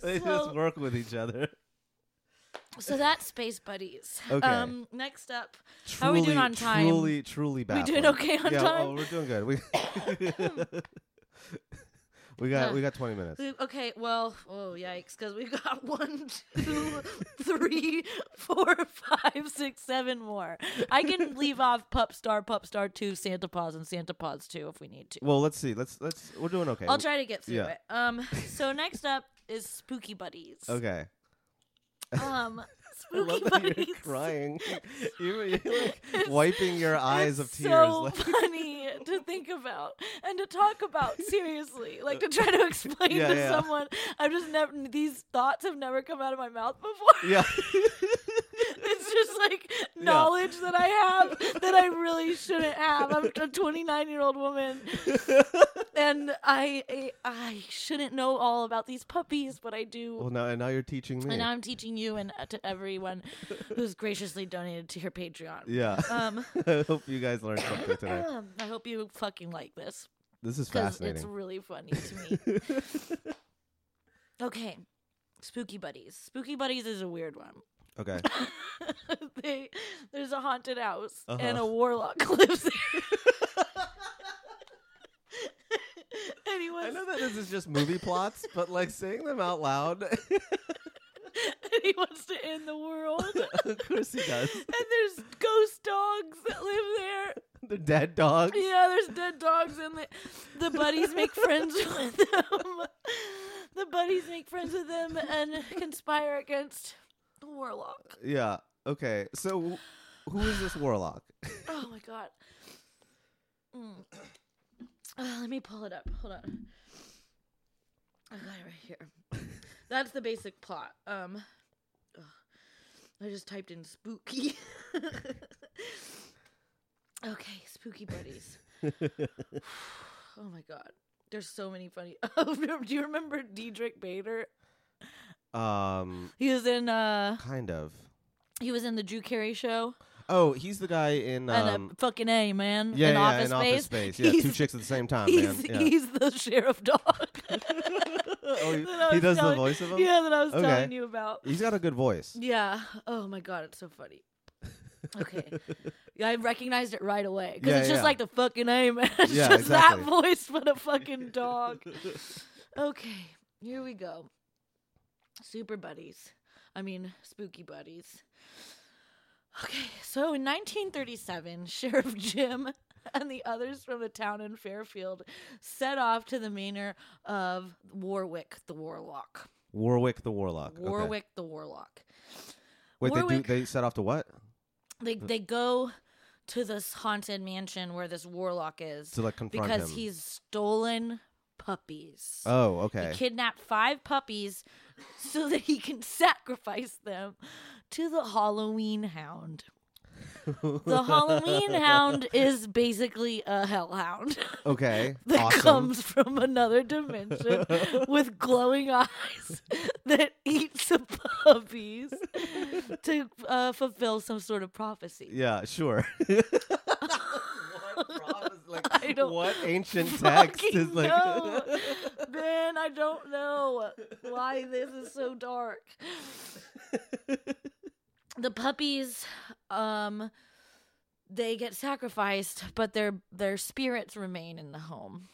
they
So-
just work with each other.
so that's space buddies.
Okay.
Um, next up, How are we doing on time?
Truly, truly bad.
we doing okay on
yeah,
time?
Oh, we're doing good. We we got we got twenty minutes.
We- Okay, well, oh yikes, because we've got one, two, three, four, five, six, seven more. I can leave off Pup Star, Pup Star Two, Santa Paws, and Santa Paws Two if we need to.
Well, let's see. Let's let's we're doing okay.
I'll try to get through
yeah.
it. Um, so next up is Spooky Buddies.
Okay.
Um,
I love
Spooky
that
Buddies.
you're crying. You're, you're like wiping your eyes of
It's
tears.
So
like-
funny to think about and to talk about seriously, like to try to explain
Yeah,
to
yeah.
someone. I've just never these thoughts have never come out of my mouth before.
yeah.
it's just like knowledge that I have that I really shouldn't have. I'm a 29 year old woman, and I, I I shouldn't know all about these puppies, but I do.
well, now and now you're teaching me.
and now I'm teaching you and uh, to everyone who's graciously donated to your Patreon.
yeah.
Um,
I hope you guys learned something today.
I hope you fucking like this
This is
because it's
fascinating.
really funny to me. okay, Spooky Buddies. Spooky Buddies is a weird one.
okay.
they, there's a haunted house and
Uh-huh.
a warlock lives there.
I
Anyone,
know that this is just movie plots, but like saying them out loud,
he wants to end the world.
of course he does.
and there's ghost dogs that live there.
They're dead dogs.
Yeah, there's dead dogs, and the, the buddies make friends with them. The buddies make friends with them and conspire against the warlock.
Yeah. Okay. So, wh- who is this warlock?
Oh my god. Mm. Ah, let me pull it up. Hold on. I got it right here. That's the basic plot. Um, ugh. I just typed in spooky. okay, spooky buddies. oh my god, there's so many funny. Oh, do you remember Diedrich Bader?
Um,
He was in uh,
kind of.
he was in the Drew Carey show.
Oh, he's the guy in
and
um,
a fucking a man.
yeah,
in
yeah,
office
in
space.
Office Space. Yeah, two
He's-
chicks at the same time, Ah, man.
He's,
Yeah.
he's the sheriff dog.
oh, he,
That I
he
was
does the
telling-
voice of him.
Yeah, that I was
Okay.
telling you about.
He's got a good voice.
Yeah. Oh my god, it's so funny. Okay. Yeah, I recognized it right away because
Yeah,
it's just
yeah.
like the fucking name. It's
Yeah,
just
exactly.
that voice for the fucking dog. Okay, here we go. Super buddies. I mean, spooky buddies. Okay, so in 1937, Sheriff Jim and the others from the town in Fairfield set off to the manor of Warwick the Warlock.
Warwick the Warlock. okay.
Warwick the Warlock.
Wait,
Warwick-
they do. They set off to what?
They they go to this haunted mansion where this warlock is
To like confront
because
him.
he's stolen puppies.
Oh,
He
okay.
kidnapped five puppies so that he can sacrifice them to the Halloween hound. The Halloween hound is basically a hellhound
Okay.
that
awesome.
comes from another dimension with glowing eyes that eats the puppies to uh, fulfill some sort of prophecy.
Yeah, sure.
I don't
what ancient text
fucking
is like?
know. Man, I don't know why this is so dark. the puppies, um, they get sacrificed, but their their spirits remain in the home.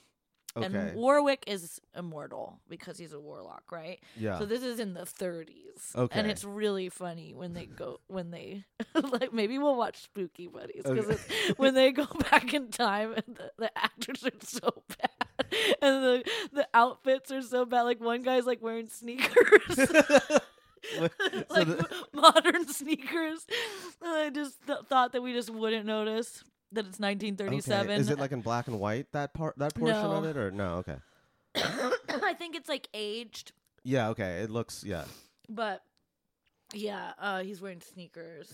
okay.
And Warwick is immortal because he's a warlock, right?
yeah.
So this is in the 30s.
Okay.
And it's really funny when they go when they like maybe we'll watch Spooky Buddies because
Okay.
when they go back in time and the, the actors are so bad and the the outfits are so bad. Like one guy's like wearing sneakers.
What- so
like
the-
modern sneakers. And I just th- thought that we just wouldn't notice that it's 1937.
okay. Is it like in black and white that part that portion of
No.
it or no? Okay.
I think it's like aged,
Yeah. Okay. It looks. Yeah.
But yeah, uh, he's wearing sneakers.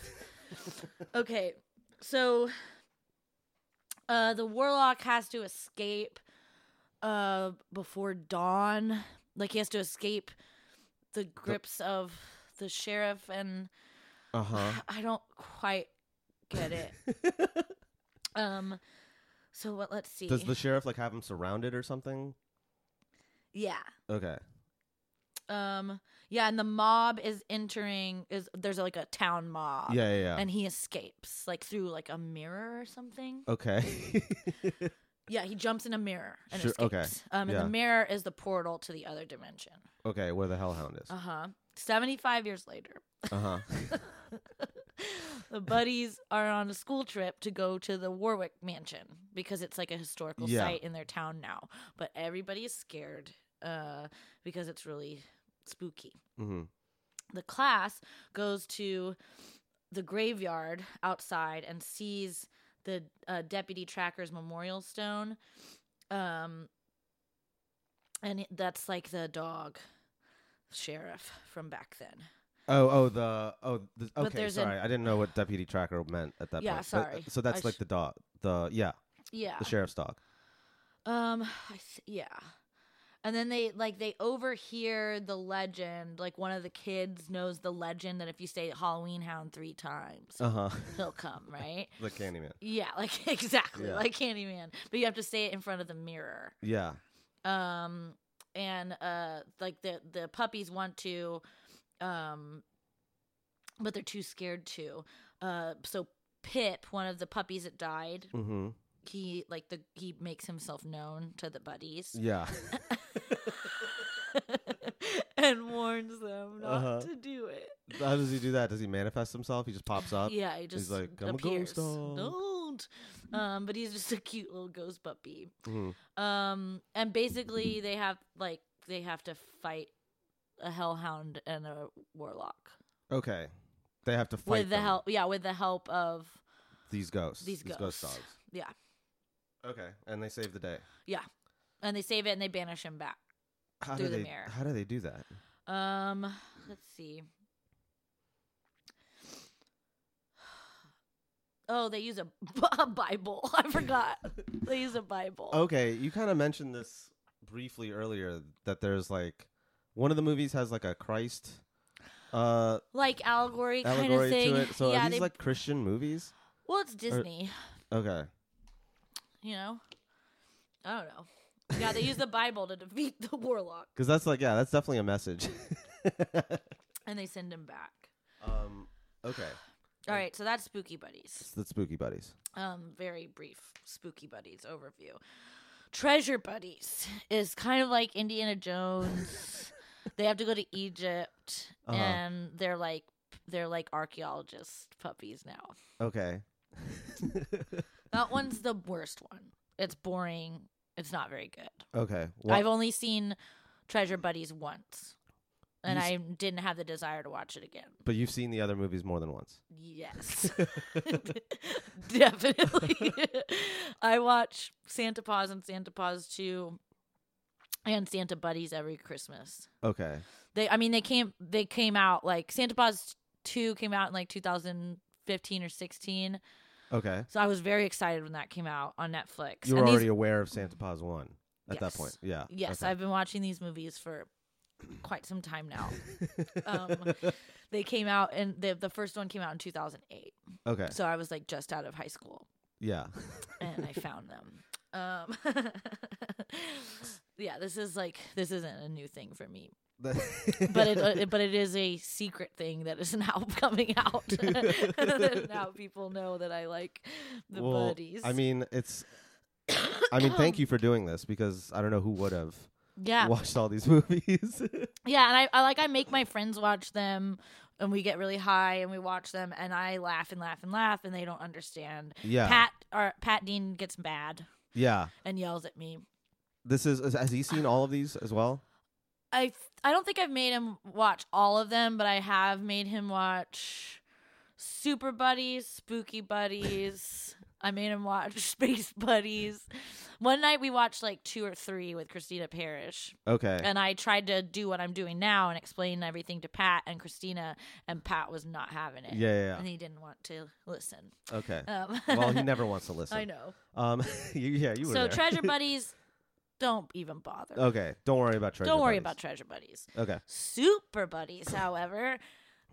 okay, so uh, the warlock has to escape uh, before dawn. Like he has to escape the grips of the sheriff, and
Uh huh.
I don't quite get it. um, so what? Let's see.
Does the sheriff like have him surrounded or something?
yeah.
Okay.
Um. Yeah, and the mob is entering. Is there's like a town mob.
Yeah. Yeah. yeah.
Uh, and he escapes like through like a mirror or something.
Uh, okay.
Yeah, he jumps in a mirror and
Sure,
escapes.
okay,
Um, and
yeah.
the mirror is the portal to the other dimension.
okay. Where the hellhound is.
Uh huh. Seventy-five years later,
Uh huh.
the buddies are on a school trip to go to the Warwick Mansion because it's like a historical
Yeah.
site in their town now. But everybody is scared uh, because it's really spooky.
hmm
the class goes to the graveyard outside and sees the uh, deputy tracker's memorial stone um and it- that's like the dog sheriff from back then
Oh, oh, the oh, the,
But
okay.
there's an-
Sorry, I didn't know what deputy tracker meant at that
Yeah,
point. But-
sorry.
so that's
I
like
sh-
the dog, the yeah,
yeah
the sheriff's dog.
um I th- yeah and then they like they overhear the legend like one of the kids knows the legend that if you say halloween hound three times
Uh huh.
he'll come right
the Candyman.
Yeah, like exactly,
Yeah.
like Candyman. But you have to say it in front of the mirror.
Yeah.
Um, and uh, like the the puppies want to, um, but they're too scared to. Uh, so Pip, one of the puppies that died,
Mm-hmm.
he like the he makes himself known to the buddies.
Yeah.
and warns them not
Uh-huh.
to do it.
How does he do that? Does he manifest himself? He just pops up.
Yeah, he just
Uh, like, "I'm a
appears.
ghost dog."
Don't. Um, but he's just a cute little ghost puppy.
hmm
Um, and basically they have like they have to fight a hellhound and a warlock
Okay. They have to fight
with the
them,
help. Yeah, with the help of
these ghosts.
these
ghost
ghosts.
dogs.
yeah.
Okay, and they save the day.
and they save it and they banish him back.
How
Through
do
the
they?
mirror.
How do they do that?
Um, let's see. Oh, they use a, b- a Bible. I forgot. they use a Bible.
Okay, you kind of mentioned this briefly earlier that there's like one of the movies has like a Christ uh
Like allegory kind of
allegory
thing.
to it. So
yeah,
are these
they,
like Christian movies?
well, it's Disney,
Okay.
you know? I don't know. Yeah, they use the Bible to defeat the warlock
Cuz that's like yeah, that's definitely a message.
and they send him back.
um okay.
All
Right.
right, so that's Spooky Buddies.
It's the spooky buddies.
um, very brief spooky buddies overview. Treasure buddies is kind of like Indiana Jones. they have to go to Egypt,
Uh-huh.
and they're like they're like archaeologist puppies now.
Okay.
That one's the worst one. It's boring. It's not very good.
okay.
I've only seen Treasure Buddies once, and
You s-
I didn't have the desire to watch it again.
but you've seen the other movies more than once.
Yes. Definitely. I watch Santa Paws and Santa Paws 2 and Santa Buddies every Christmas.
Okay.
They I mean they came they came out like Santa Paws 2 came out in like 2015 or 16.
Okay.
So I was very excited when that came out on Netflix.
You were
And these-
already aware of Santa Paws 1 at that
Yes.
point. Yeah.
Yes,
okay.
I've been watching these movies for quite some time now. um, they came out and the the first one came out in 2008.
Okay.
So I was like just out of high school.
Yeah.
and I found them. Um, yeah, this is like this isn't a new thing for me, but it, uh, but it is a secret thing that is now coming out. now people know that I like the
Well,
buddies.
I mean, it's. I mean, thank you for doing this because I don't know who would have
yeah,
watched all these movies.
yeah, and I, I like I make my friends watch them, and we get really high and we watch them, and I laugh and laugh and laugh, and they don't understand.
yeah,
Pat or Pat Dean gets mad
yeah.
and yells at me.
This is. Has he seen all of these as well?
I th- I don't think I've made him watch all of them, but I have made him watch Super Buddies, Spooky Buddies. I made him watch Space Buddies. One night we watched like two or three with Christina Parrish,
Okay.
and I tried to do what I'm doing now and explain everything to Pat and Christina, and Pat was not having it.
yeah, yeah,
and he didn't want to listen.
yeah. Okay.
Um,
Well, he never wants to listen.
I know.
Um. you, yeah, you were.
So
there.
Treasure Buddies, don't even bother.
Okay. Don't worry about treasure.
don't worry about
buddies.
Treasure Buddies.
Okay.
Super Buddies, however.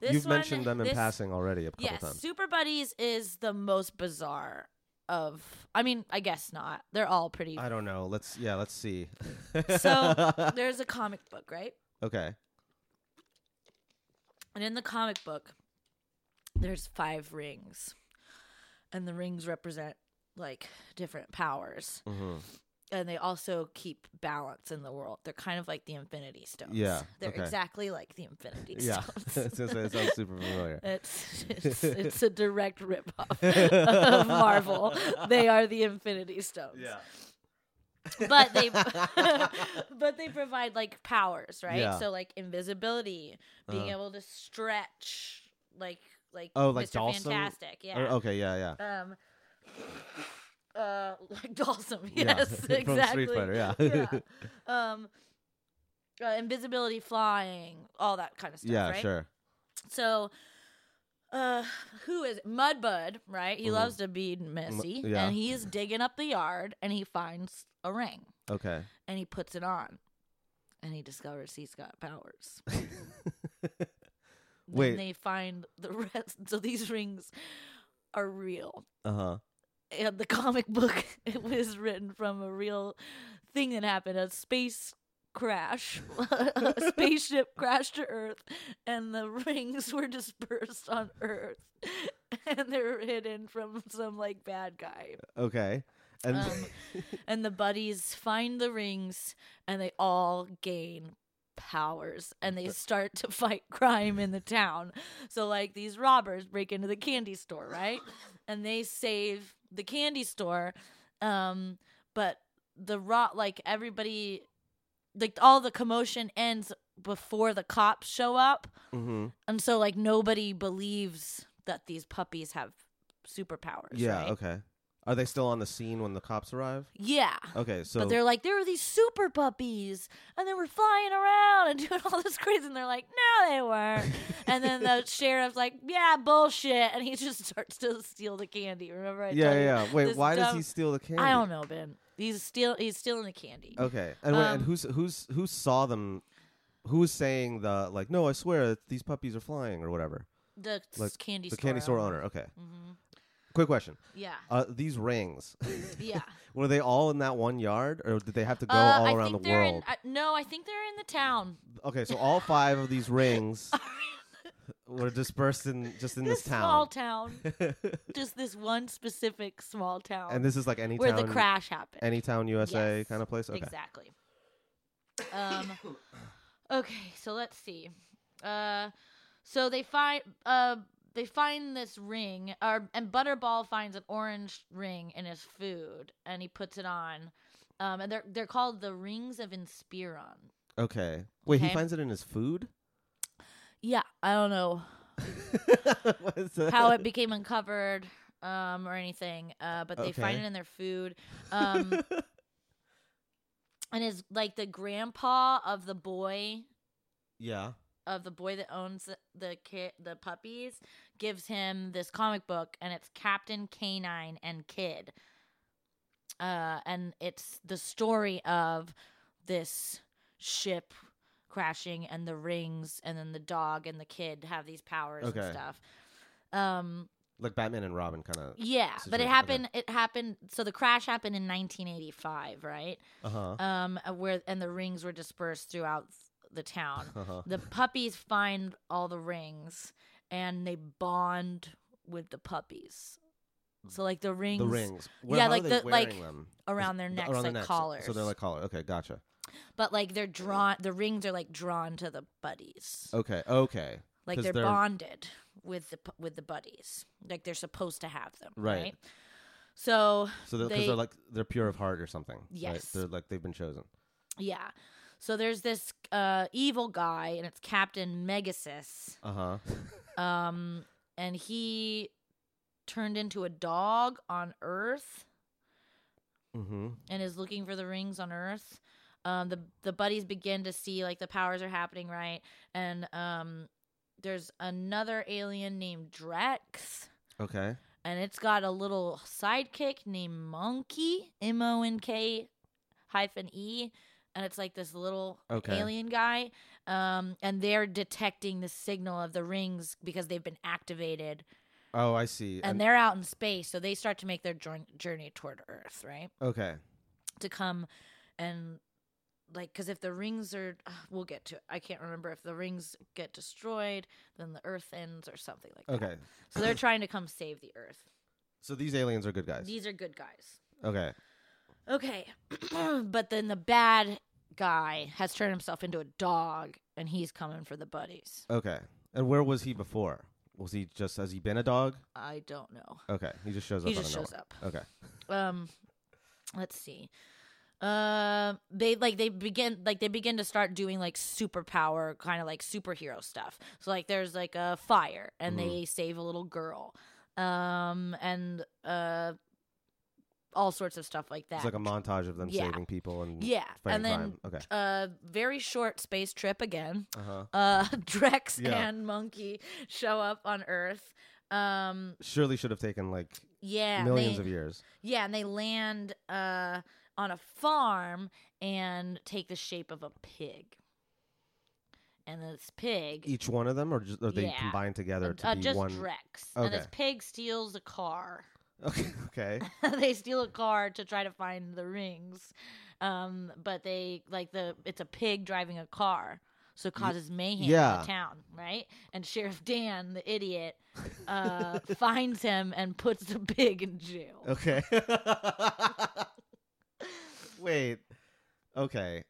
This
You've
one-
mentioned them in
this-
passing already a couple
Yes,
times.
Super Buddies is the most bizarre of. I mean, I guess not. They're all pretty.
I don't know. Let's. Yeah. Let's see.
So, There's a comic book, right?
okay.
And in the comic book, there's five rings, and the rings represent like different powers,
hmm
and they also keep balance in the world. They're kind of like the Infinity Stones.
Yeah,
they're
okay.
exactly like the Infinity
Yeah.
Stones.
It's gonna say it sounds super familiar.
It's it's, it's a direct ripoff of Marvel. They are the Infinity Stones. But they but they provide like powers, right?
Yeah.
So like invisibility, being
Uh-huh.
able to stretch like like
Oh, like
Mr.
Dawson?
Fantastic. Yeah.
Or- oh. okay. Yeah. Yeah.
Um uh like Dawson,
Yeah,
yes,
from Street
exactly.
Fighter, yeah.
Yeah. Um uh, invisibility flying, all that kind of stuff,
yeah.
right?
Sure.
So, uh, who is it? Mudbud? Right? He
Mhm.
loves to be messy,
yeah.
and he's digging up the yard, and he finds a ring,
Okay.
and he puts it on, and he discovers he's got powers.
Wait.
Then they find the rest. So these rings are real.
Uh huh.
And the comic book it was written from a real thing that happened a space crash a spaceship crashed to earth and the rings were dispersed on earth and they were hidden from some like bad guy
Okay. And
Um, and the buddies find the rings and they all gain powers and they start to fight crime in the town so like these robbers break into the candy store right and they save the candy store um but the rot like everybody like all the commotion ends before the cops show up
mhm.
and so like nobody believes that these puppies have superpowers
Yeah.
right?
Okay. Are they still on the scene when the cops arrive?
Yeah.
Okay, so
but they're like, there were these super puppies, and they were flying around and doing all this crazy. And they're like, no, they weren't. and then the sheriff's like, yeah, bullshit. And he just starts to steal the candy. Remember? I
yeah,
told you?
yeah. Wait,
this
why does
dumb-
he steal the candy? Oh,
I don't know, Ben. He's steal. He's stealing the candy.
Okay, and wait, and
Um,
who's who's who saw them? Who was saying the like? No, I swear these puppies are flying or whatever.
the s-
like,
candy
the
store.
candy store owner. Okay,
Mhm.
quick question.
Yeah,
Uh, these rings
yeah.
were they all in that one yard, or did they have to go
uh,
all
I
around the
think they're
world?
In, uh, no, I think they're in the town.
okay, so all five of these rings were dispersed in just in this,
small
town,
town, just this one specific small town,
and this is like any
Um, where
town,
the crash happened.
any town USA
Yes,
kind of place. Okay,
Exactly. Um, okay, so let's see. Uh, so they find uh they find this ring, or and Butterball finds an orange ring in his food, and he puts it on. Um, and they're they're called the rings of Inspiron.
okay. Wait, he
Okay.
finds it in his food.
Yeah, I don't know
What is that?
how it became uncovered um, or anything, uh, but they find
Okay.
it in their food. Um, and is like the grandpa of the boy
yeah.
of the boy that owns the- the kid the puppies gives him this comic book and it's captain canine and kid uh and it's the story of this ship crashing and the rings and then the dog and the kid have these powers
Okay.
and stuff um
like Batman and Robin kind of.
yeah but it
Situation, okay.
happened it happened so the crash happened in 1985 right
Uh huh.
um uh, where and the rings were dispersed throughout the town
Uh huh.
the puppies find all the rings and they bond with the puppies. So like the rings,
The rings. Where-
Yeah,
how are
like
they
the- like,
wearing them?
around their
Th-
necks,
around
like
the necks.
collars.
So they're like collar. Okay, gotcha.
but like they're drawn. The rings are like drawn to the buddies.
Okay, okay.
like Oh,
'cause
they're,
they're-
bonded with the pu- with the buddies. Like they're supposed to have them,
Right.
right? So
So because they,
They-
are like they're pure of heart or something. right?
Yes.
They're like they've been chosen.
yeah, so there's this uh, evil guy, and it's Captain Megasis.
Uh huh.
Um, and he turned into a dog on Earth.
mm-hmm.
and is looking for the rings on Earth. Um, the the buddies begin to see like the powers are happening right, and um, there's another alien named Drex,
Okay.
and it's got a little sidekick named Monkey M O N K hyphen E, and it's like this little
Okay.
alien guy, um, and they're detecting the signal of the rings because they've been activated,
Oh, I see.
and they're out in space, so they start to make their jour- journey toward Earth, right?
okay.
to come and like because if the rings are ugh, we'll get to it. i can't remember if the rings get destroyed then the earth ends or something like that
Okay.
so they're trying to come save the earth
So these aliens are good guys.
these are good guys
okay.
okay but then the bad guy has turned himself into a dog and he's coming for the buddies
Okay. And where was he before? Was he just has he been a dog?
i don't know
Okay. He just shows up.
he
out
just
of
shows up
nowhere. Okay.
um let's see um they like they begin like they begin to start doing like superpower kind of like superhero stuff so like there's like a fire and
Mhm.
they save a little girl um and uh all sorts of stuff like that
It's like a montage of them
Yeah.
saving people and
yeah
fighting
and then
crime. Okay.
uh very short space trip again
Uh huh.
uh drex
Yeah.
and monkey show up on earth um
Surely should have taken like
yeah
millions
they-
of years.
yeah, and they land uh, on a farm and take the shape of a pig. And this pig,
Each one of them, or just, are they
Yeah.
combined together to
uh,
be
just
one?
Drex, and this
Okay.
pig steals a car.
Okay. Okay.
they steal a car to try to find the rings, um, but they like the it's a pig driving a car, so it causes mayhem in
yeah.
the town, right? And Sheriff Dan, the idiot, uh, finds him and puts the pig in jail.
Okay. Wait. Okay.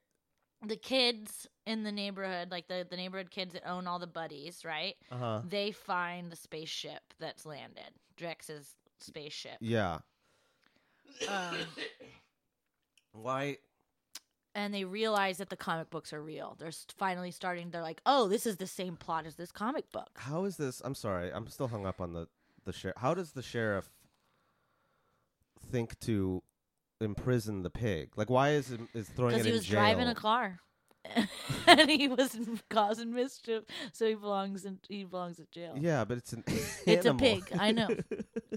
the kids in the neighborhood, like the, the neighborhood kids that own all the buddies, right?
Uh huh.
They find the spaceship that's landed, Drex's spaceship.
Yeah.
Um,
Why?
and they realize that the comic books are real. They're s- finally starting, they're like, oh, this is the same plot as this comic book.
How is this? I'm sorry. I'm still hung up on the the sheriff. How does the sheriff think to imprison the pig? Like, why is it- is throwing
because
it
he
in
was
jail?
driving a car and he was causing mischief, so he belongs in he belongs in jail.
Yeah, but it's an
It's a
animal.
pig. I know.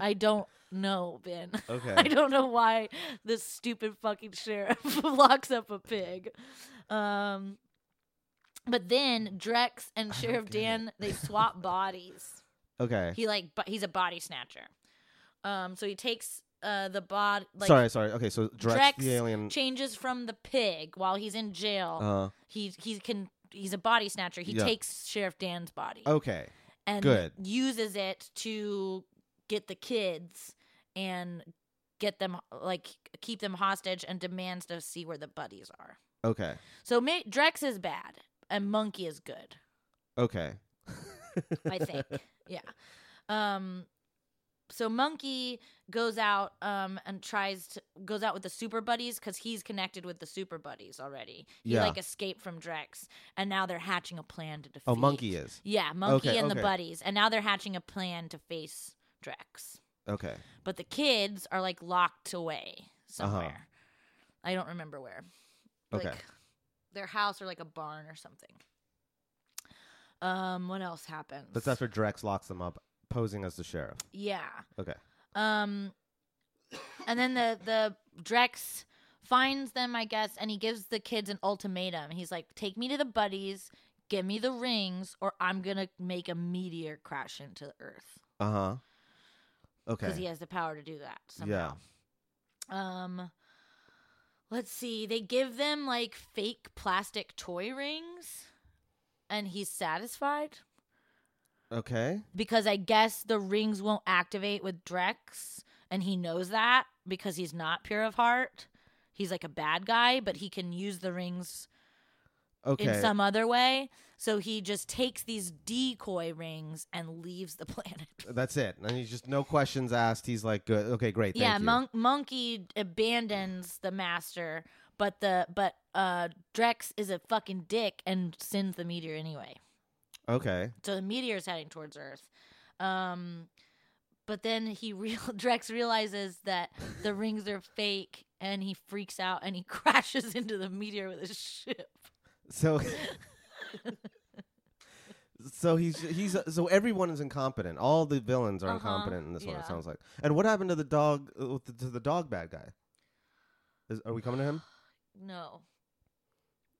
I don't know, Ben. I
okay.
don't know why this stupid fucking sheriff locks up a pig. Um, but then Drex and Sheriff
get Oh, it.
Dan they swap bodies.
Okay.
He like bo- he's a body snatcher. Um, so he takes uh the bod like
sorry, sorry. Okay, so Drex,
Drex
the alien.
changes from the pig while he's in jail.
uh,
he he can he's a body snatcher. He
Yeah.
takes Sheriff Dan's body
okay.
and
good.
uses it to get the kids and get them like keep them hostage and demands to see where the buddies are.
Okay.
So Ma- Drex is bad and Monkey is good.
Okay.
I think. yeah. Um so Monkey goes out um and tries to goes out with the Super Buddies cuz he's connected with the Super Buddies already. He
Yeah.
like escaped from Drex and now they're hatching a plan to defeat
Oh, monkey is.
Yeah, Monkey
Okay,
and
okay.
the Buddies and now they're hatching a plan to face Drex.
Okay.
But the kids are like locked
Uh-huh.
away somewhere. I don't remember where.
Okay.
Like their house or like a barn or something. Um what else happens?
That's after Drex locks them up, posing as the sheriff.
Yeah.
Okay.
Um, and then the the Drex finds them, I guess, and he gives the kids an ultimatum. He's like, "Take me to the buddies, give me the rings, or I'm gonna make a meteor crash into the Earth."
Uh huh. Okay.
Because he has the power to do that.
yeah.
Somehow. Um. Let's see. They give them like fake plastic toy rings, and he's satisfied.
Okay.
because I guess the rings won't activate with Drex, and he knows that because he's not pure of heart. He's like a bad guy, but he can use the rings
Okay.
in some other way. So he just takes these decoy rings and leaves the planet.
That's it. And he's just no questions asked. He's like, good. Okay, great. Thank
yeah,
you.
Mon- Monkey abandons the master, but the but uh Drex is a fucking dick and sends the meteor anyway.
Okay.
So the meteor's heading towards Earth. Um, but then he real Drex realizes that the rings are fake, and he freaks out and he crashes into the meteor with his ship.
So. So he's he's so everyone is incompetent. All the villains are
Uh-huh,
incompetent in this one.
yeah.
It sounds like. And what happened to the dog? uh, To the dog bad guy? Is, are we coming to him?
No,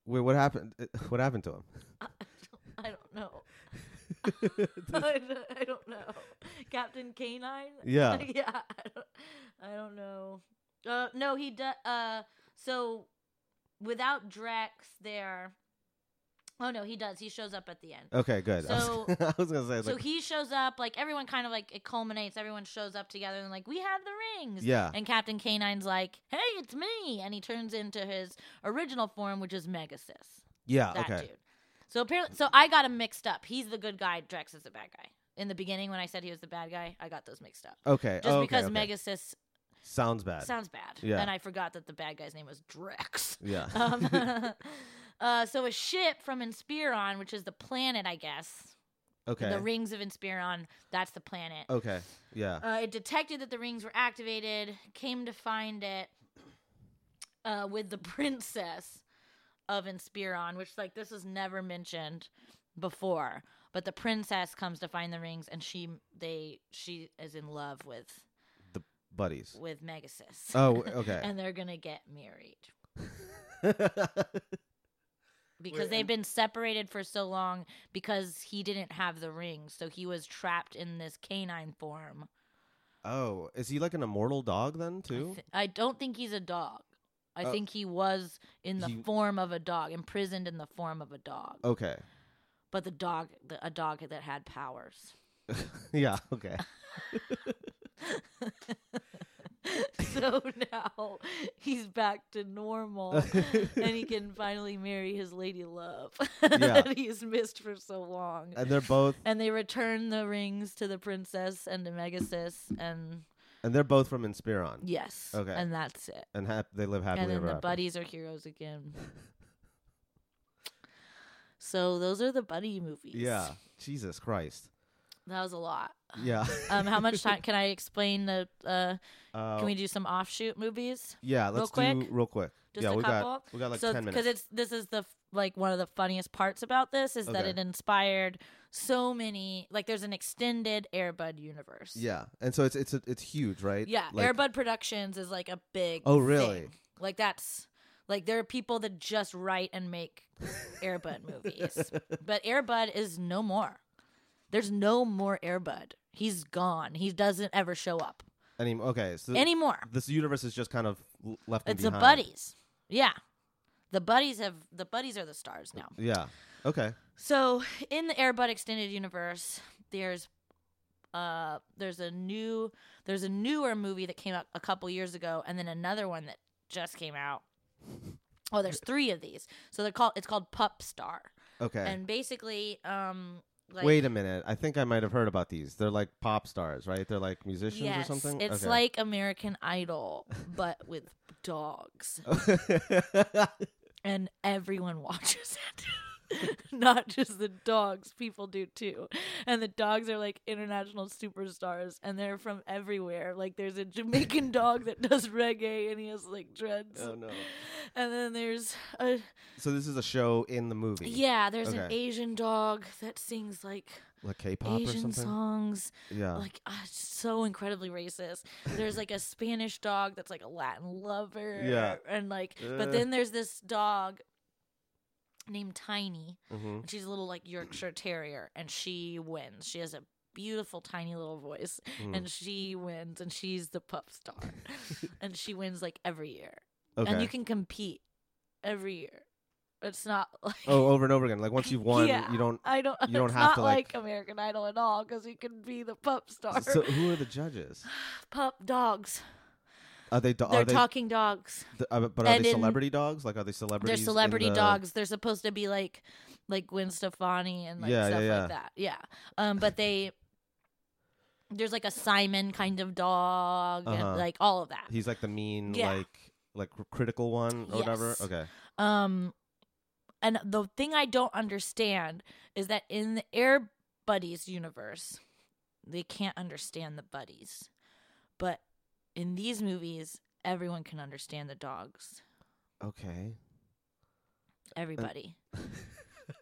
Wait, what happened? uh, What happened to him?
I don't know. I don't- I don't know. Captain Canine.
Yeah.
yeah. I don't, I don't know. Uh, no, he does. Uh, so without Drex there. Oh no, he does. He shows up at the end.
Okay, good. I was-
So-
I was gonna say,
So
like,
he shows up, like everyone kind of like it culminates. Everyone shows up together and like we have the rings.
yeah,
And Captain Canine's like, "Hey, it's me!" And he turns into his original form, which is Megasis.
yeah,
That
Ah, okay,
dude. So apparently, so I got him mixed up. He's the good guy. Drex is the bad guy. In the beginning, when I said he was the bad guy, I got those mixed up.
okay, oh,
Just
okay,
because
okay.
Megasis
sounds bad.
sounds bad,
Yeah.
and I forgot that the bad guy's name was Drex.
yeah,
Um, uh, so a ship from Inspiron, which is the planet, I guess,
okay, Oh.
the rings of Inspiron. That's the planet.
okay, yeah,
Uh, it detected that the rings were activated. Came to find it uh, with the princess of Inspiron, which like this was never mentioned before. But the princess comes to find the rings, and she they she is in love with
buddies.
with Megasis.
Oh, okay.
and they're gonna get married because they've been separated for so long because he didn't have the rings, so he was trapped in this canine form.
oh, is he like an immortal dog then
I,
too?
thi- I don't think he's a dog. I
Oh.
think he was in the
He-
form of a dog, imprisoned in the form of a dog.
Okay,
But the dog, the, a dog that had powers.
yeah, okay.
so now he's back to normal and he can finally marry his lady love that he's missed for so long.
And they're both
And they return the rings to the princess and to Megasis, and
and they're both from Inspiron,
yes,
Okay.
and that's it.
and hap- they live happily
and then
ever
the
after.
buddies are heroes again. so those are the buddy movies.
Yeah, Jesus Christ.
That was a lot.
Yeah.
Um, how much time can I explain the? Uh,
Uh,
can we do some offshoot movies?
yeah,
real
let's do
quick?
real quick.
Just
yeah,
a
we got
couple?
we got like
so
ten minutes.
because it's this is the f- like one of the funniest parts about this is that
Okay.
it inspired so many. Like, there's an extended Airbud universe.
yeah, and so it's it's a, it's huge, right?
yeah.
Like-
Airbud Productions is like a big.
Oh, really?
thing. Like that's like there are people that just write and make Airbud movies, but Airbud is no more. There's no more Airbud. He's gone. He doesn't ever show up
Any, okay, so
anymore.
this universe is just kind of l- left.
It's the
behind.
buddies. Yeah. The buddies have the buddies are the stars now.
Yeah. Okay.
So in the Airbud extended universe, there's uh there's a new there's a newer movie that came out a couple years ago and then another one that just came out. Oh, there's three of these. So they're called it's called Pup Star.
Okay.
And basically um like
Wait a minute. I think I might have heard about these. They're like pop stars, right? They're like musicians
Yes,
or something.
it's
Okay.
like American Idol, but with dogs, and everyone watches it. Not just the dogs, people do too. And the dogs are like international superstars, and they're from everywhere. Like there's a Jamaican dog that does reggae, and he has like dreads.
oh no.
And then there's a
So this is a show in the movie.
yeah, there's an
Okay.
Asian dog that sings like
Like K-pop or
Asian
something.
songs.
Yeah.
like uh, so incredibly racist. There's like a Spanish dog that's like a Latin lover,
Yeah.
and like,
Uh.
but then there's this dog named Tiny,
hmm
and she's a little like Yorkshire Terrier, and she wins. She has a beautiful tiny little voice,
Mm.
and she wins, and she's the pup star, and she wins like every year,
Okay.
and you can compete every year. It's not like
oh, over and over again. Like once you've won,
Yeah.
you don't.
I don't.
you don't
it's
have
not
to, like-
like, American Idol at all because you can be the pup star.
So who are the judges?
pup dogs.
Are they? Do-
They're
are they?
talking dogs.
th- uh, but are
and
they
in-
celebrity dogs? Like are they
They're
celebrities? in
celebrity
the-
dogs. They're supposed to be like like Gwen Stefani and like
Yeah,
stuff
yeah, yeah.
like that. Yeah. Um but they there's like a Simon kind of dog
Uh-huh.
and like all of that.
He's like the mean,
Yeah.
like like cr- critical one or whatever.
Yes.
Okay.
Um and the thing I don't understand is that in the Air Buddies universe, they can't understand the buddies. But in these movies, everyone can understand the dogs.
Okay. Uh,
Everybody.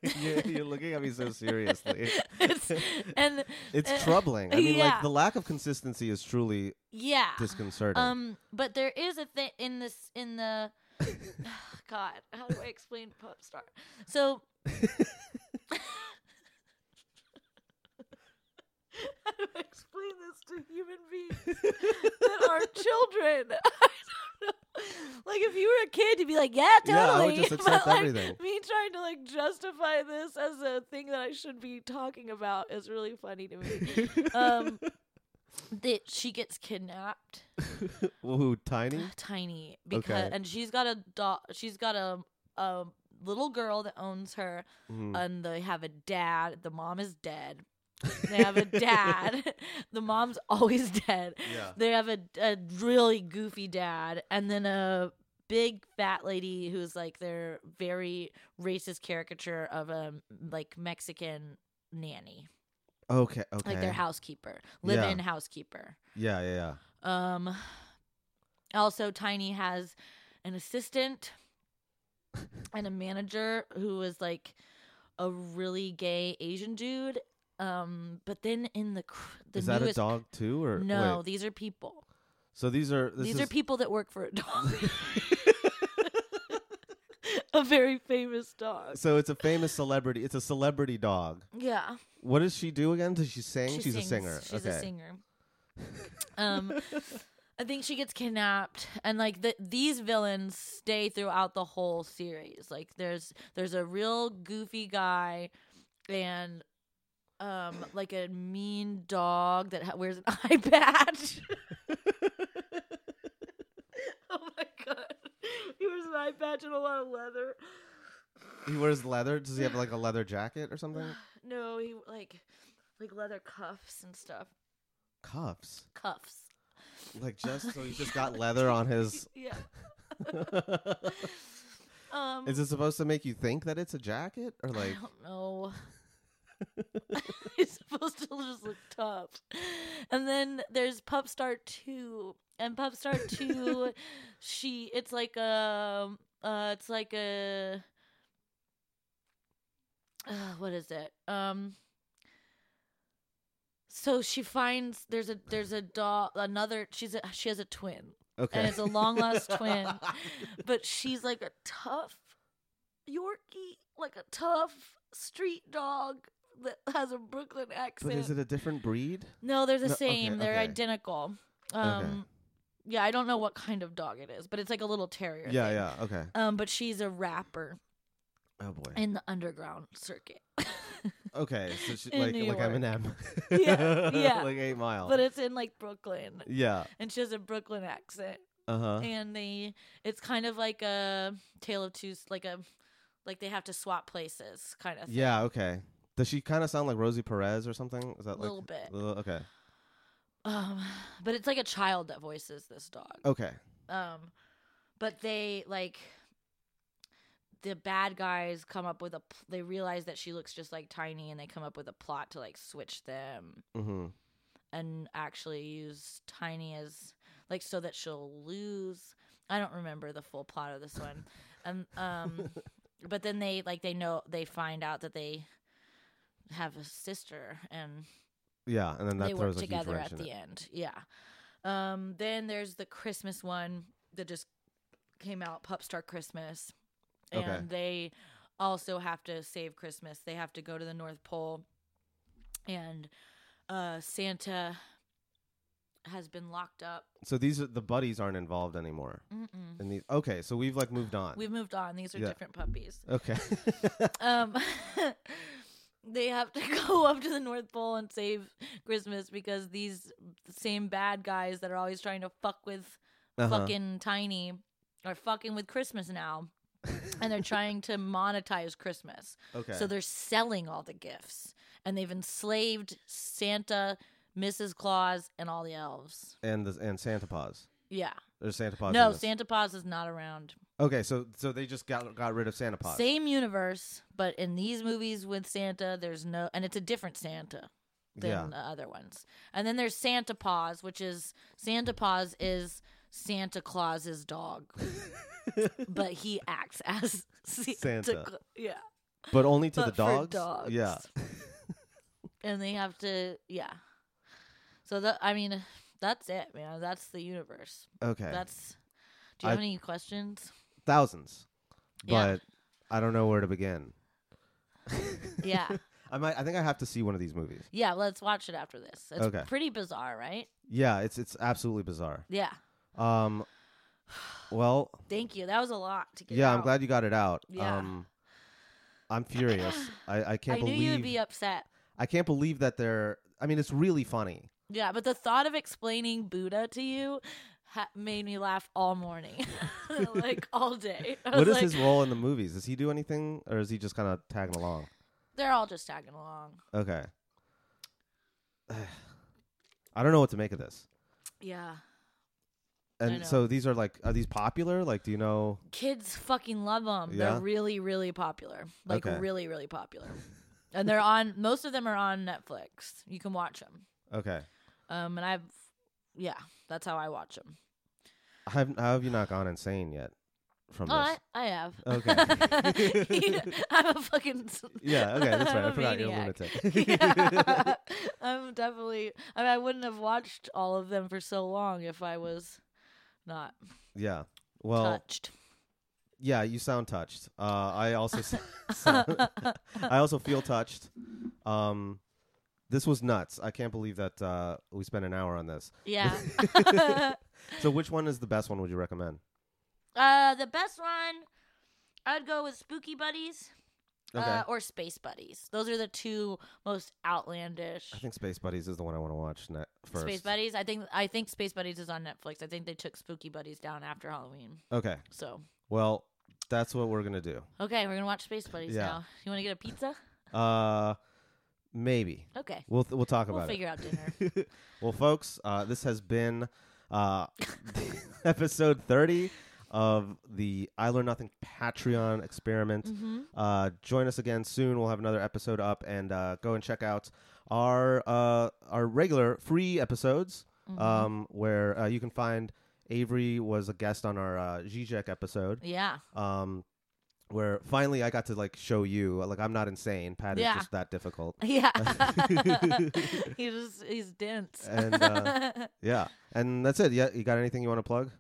you're, you're looking at me so seriously.
It's- and
It's
Uh,
troubling. I mean, like
yeah.
the lack of consistency is truly
yeah.
disconcerting.
Um, but there is a thing in this in the God, how do I explain pop star? So how do I explain this to human beings that are children? I don't know. Like if you were a kid, you'd be like, yeah,
Yeah, I would
totally.
just accept
but like
everything.
me trying to like justify this as a thing that I should be talking about is really funny to me. um, that she gets kidnapped.
Ooh, tiny.
Tiny because
Okay.
and she's got a dog. She's got a a little girl that owns her,
Mhm.
and they have a dad. The mom is dead. They have a dad. the mom's always dead.
Yeah.
They have a a really goofy dad, and then a big fat lady who's like their very racist caricature of a like Mexican nanny,
Okay. Okay.
like their housekeeper, live in housekeeper.
yeah, yeah, yeah.
Um, also, Tiny has an assistant and a manager who is like a really gay Asian dude. Um, but then in the cr- the
is that
newest
a dog too, or
no,
Wait.
these are people.
So these are this
these
is,
are people that work for a dog. a very famous dog.
So it's a famous celebrity. It's a celebrity dog.
Yeah.
What does she do again? Does she sing?
She
She's
sings.
a singer.
She's
okay.
a singer. um, I think she gets kidnapped, and like the, these villains stay throughout the whole series. Like there's there's a real goofy guy, and um like a mean dog that ha- wears an eye patch. oh my god, he wears an eye patch and a lot of leather.
He wears leather. Does he have like a leather jacket or something?
No, he like like leather cuffs and stuff.
Cuffs.
Cuffs.
Like just so he's just got leather on his.
Yeah. Um,
is it supposed to make you think that it's a jacket or like?
I don't know. He's supposed to just look tough. And then there's Pup Star Two, and Pup Star Two, she it's like a uh, it's like a uh, what is it? Um. So she finds there's a there's a dog another she's a, she has a twin
Okay.
and it's a long lost twin. but she's like a tough Yorkie, like a tough street dog that has a Brooklyn accent.
but is it a different breed?
no, they're the
No, okay,
same. They're
okay.
identical. Um, Yeah, I don't know what kind of dog it is, but it's like a little terrier.
Yeah,
thing.
yeah. Okay.
Um, but she's a rapper
Oh boy.
in the underground circuit.
okay, so she,
in
like
New
like
York.
Eminem.
Yeah, yeah.
like Eight Mile.
but it's in like Brooklyn,
yeah.
and she has a Brooklyn accent.
Uh huh.
and they it's kind of like a tale of two s- like a like they have to swap places kind of thing.
Yeah. Okay. Does she kind of sound like Rosie Perez or something? Is that
a
like
little bit
little- okay.
um but it's like a child that voices this dog
Okay.
um but they like the bad guys come up with a pl- they realize that she looks just like tiny and they come up with a plot to like switch them
Mm-hmm.
and actually use tiny as like so that she'll lose i don't remember the full plot of this one and um but then they like they know they find out that they have a sister and
Yeah, and then that
they
throws
work
a huge
together
wrench
at
in
the
it.
end yeah um then there's the christmas one that just came out pup star christmas and
Okay.
they also have to save christmas they have to go to the north pole and uh santa has been locked up
So these are the buddies aren't involved anymore.
Mm-mm.
And these okay, so we've like moved on.
we've moved on these are
Yeah.
different puppies
okay.
um they have to go up to the north pole and save christmas because these same bad guys that are always trying to fuck with
Uh-huh.
fucking tiny are fucking with christmas now and they're trying to monetize christmas
okay.
so they're selling all the gifts and they've enslaved santa mrs claus and all the elves
and the, and Santa Paws.
yeah
There's Santa Paws. in
no
this.
santa claus is not around
Okay, so so they just got got rid of Santa Paws.
same universe but in these movies with santa there's no and it's a different santa than
yeah.
the other ones. And then there's Santa Paws, which is Santa Paws is Santa Claus's dog, but he acts as Santa.
Santa.
Cla- yeah,
But only to
but
the dogs.
for dogs.
Yeah.
and they have to yeah. So that I mean, that's it, man. That's the universe.
Okay.
That's. Do you have
I-
any questions?
Thousands.
Yeah.
But I don't know where to begin.
Yeah,
I might I think I have to see one of these movies.
yeah. Let's watch it after this. It's
Okay.
pretty bizarre, right?
Yeah, it's it's absolutely bizarre.
Yeah.
Um well,
Thank you. That was a lot to get.
yeah, I'm
out.
glad you got it out.
Yeah.
Um I'm furious. I, I
I
can't
knew
believe
you'd be upset.
I can't believe that they're I mean it's really funny.
Yeah, but the thought of explaining Buddha to you ha- made me laugh all morning, like all day. I
What
was
is
like,
his role in the movies? Does he do anything or is he just kind of tagging along?
They're all just tagging along.
Okay. I don't know what to make of this.
Yeah, know.
And so these are like are these popular? Like do you know
kids fucking love them.
Yeah?
They're really, really popular. Like
Okay.
really, really popular. and they're on. Most of them are on Netflix. You can watch them.
Okay.
Um, and I've, yeah, that's how I watch them.
I haven't- How have you not gone insane yet from
Oh, I,
this?
I have.
Okay.
I'm a fucking. s-
Yeah, okay, that's right.
I'm
I
a
forgot you're a
maniac.
lunatic.
Yeah. I'm definitely. I mean, I wouldn't have watched all of them for so long if I was not
yeah. Well,
touched.
yeah, you sound touched. Uh, I also s- sound, I also feel touched. Um, this was nuts. I can't believe that uh, we spent an hour on this.
Yeah.
So which one is the best one would you recommend?
uh, the best one, I'd go with Spooky Buddies
Okay.
uh, or Space Buddies. Those are the two most outlandish.
I think Space Buddies is the one I want to watch ne- first.
Space Buddies. I think I think Space Buddies is on Netflix. I think they took Spooky Buddies down after Halloween.
Okay.
So
Well, that's what we're going to do.
okay, we're gonna watch Space Buddies
Yeah.
now. You want to get a pizza?
Uh, maybe.
Okay,
We'll th- we'll talk
we'll
about it.
figure out dinner.
well, folks, uh, this has been uh, episode 30 of the I Learn Nothing Patreon experiment.
mm-hmm.
Uh, join us again soon. We'll have another episode up and uh, go and check out our uh, our regular free episodes,
Mhm.
um, where uh, you can find Avery was a guest on our uh, Zizek episode,
yeah.
um, where finally I got to like show you like I'm not insane. Pat
Yeah.
is just that difficult.
Yeah. he just he's dense.
And, uh, Yeah, and that's it. Yeah, you got anything you want to plug?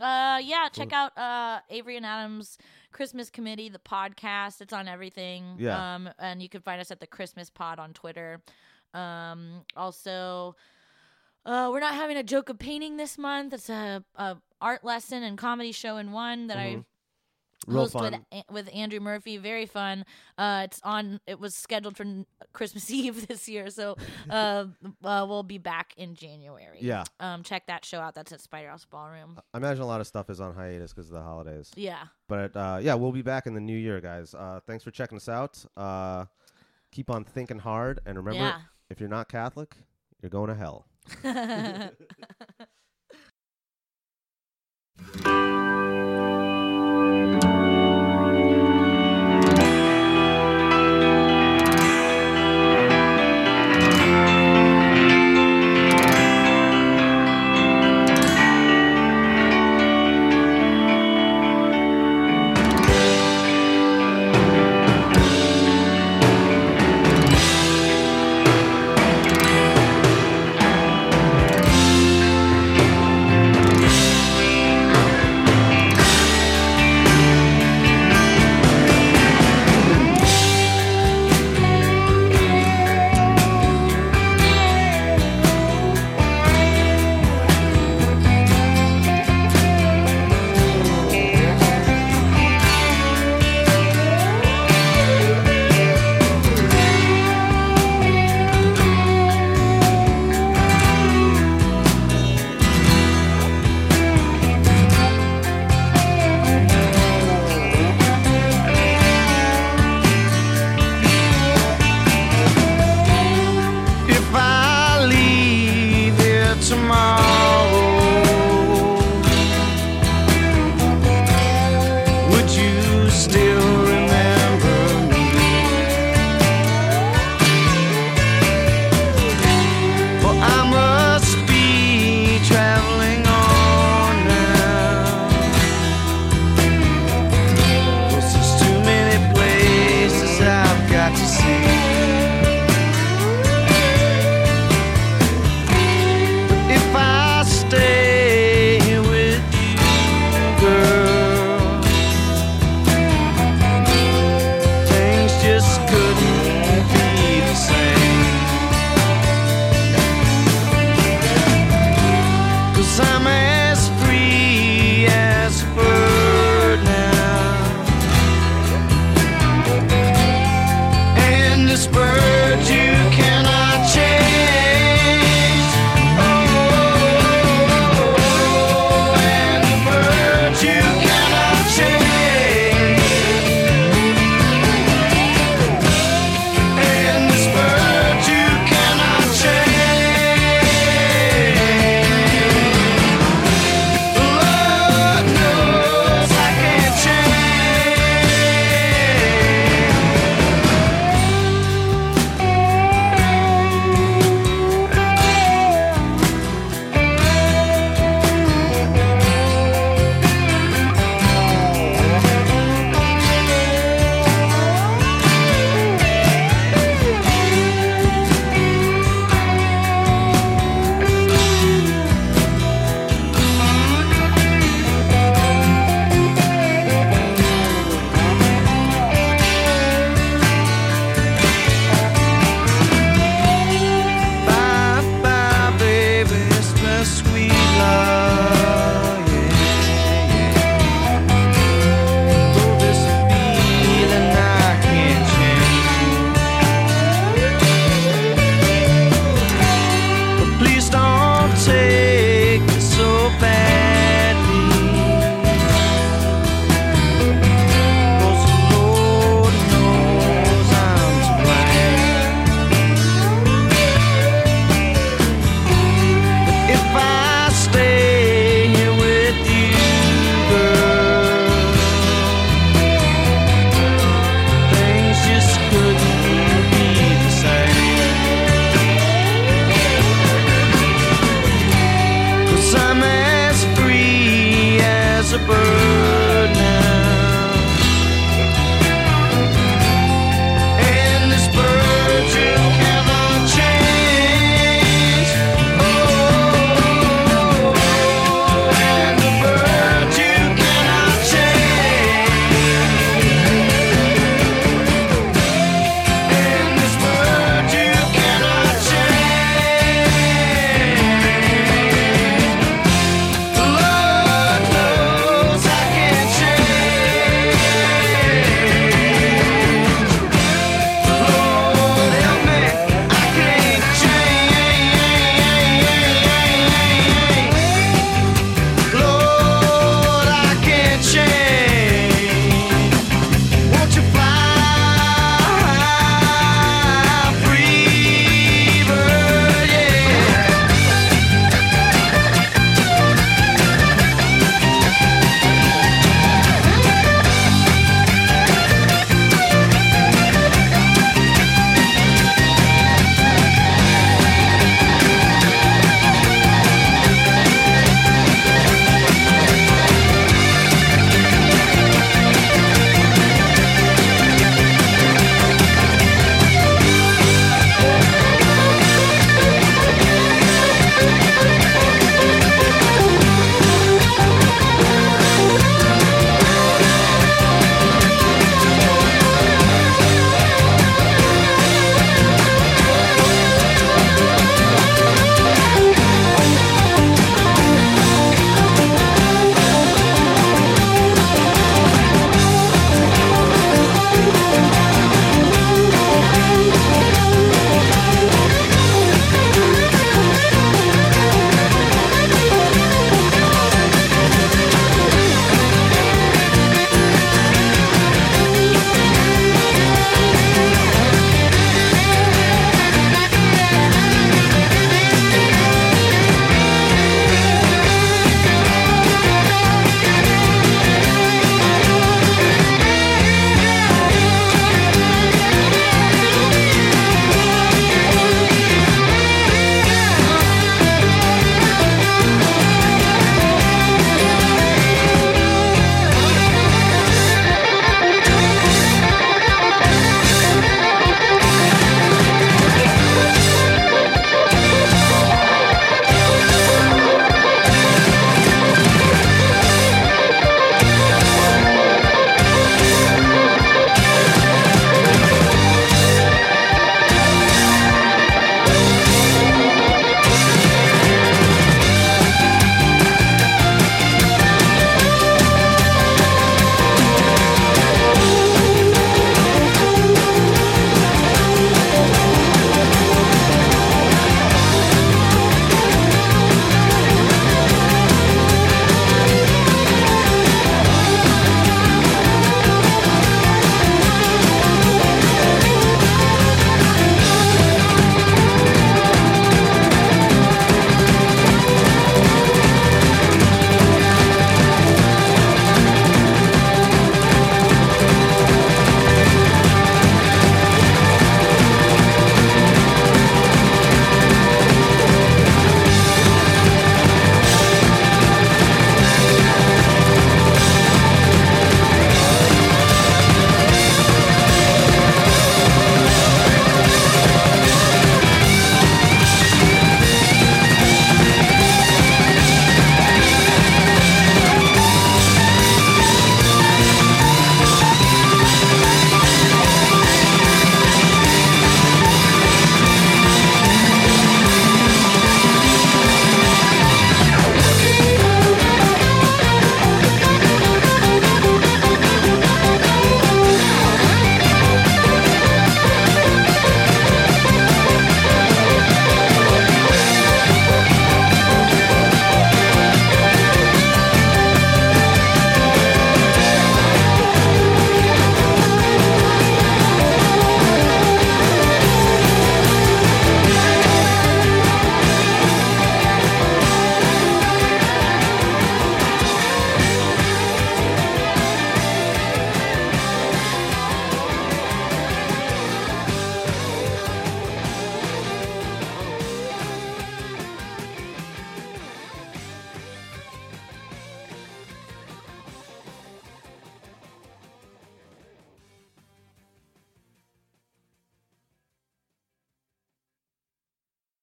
Uh yeah, check
Cool.
out uh Avery and Adam's Christmas Committee, the podcast. It's on everything.
Yeah.
Um and you can find us at the Christmas Pod on Twitter. Um also uh we're not having a joke of painting this month. It's a, a art lesson and comedy show in one that I
Mhm. Real
host
fun.
with A- with Andrew Murphy. Very fun. Uh, it's on. It was scheduled for n- Christmas Eve this year, so uh, uh, we'll be back in January.
Yeah.
Um, check that show out. That's at Spider House Ballroom.
I imagine a lot of stuff is on hiatus because of the holidays.
Yeah.
But uh, yeah, we'll be back in the new year, guys. Uh, thanks for checking us out. Uh, keep on thinking hard, and remember, if you're not Catholic, you're going to hell.
yeah.
Thank bird.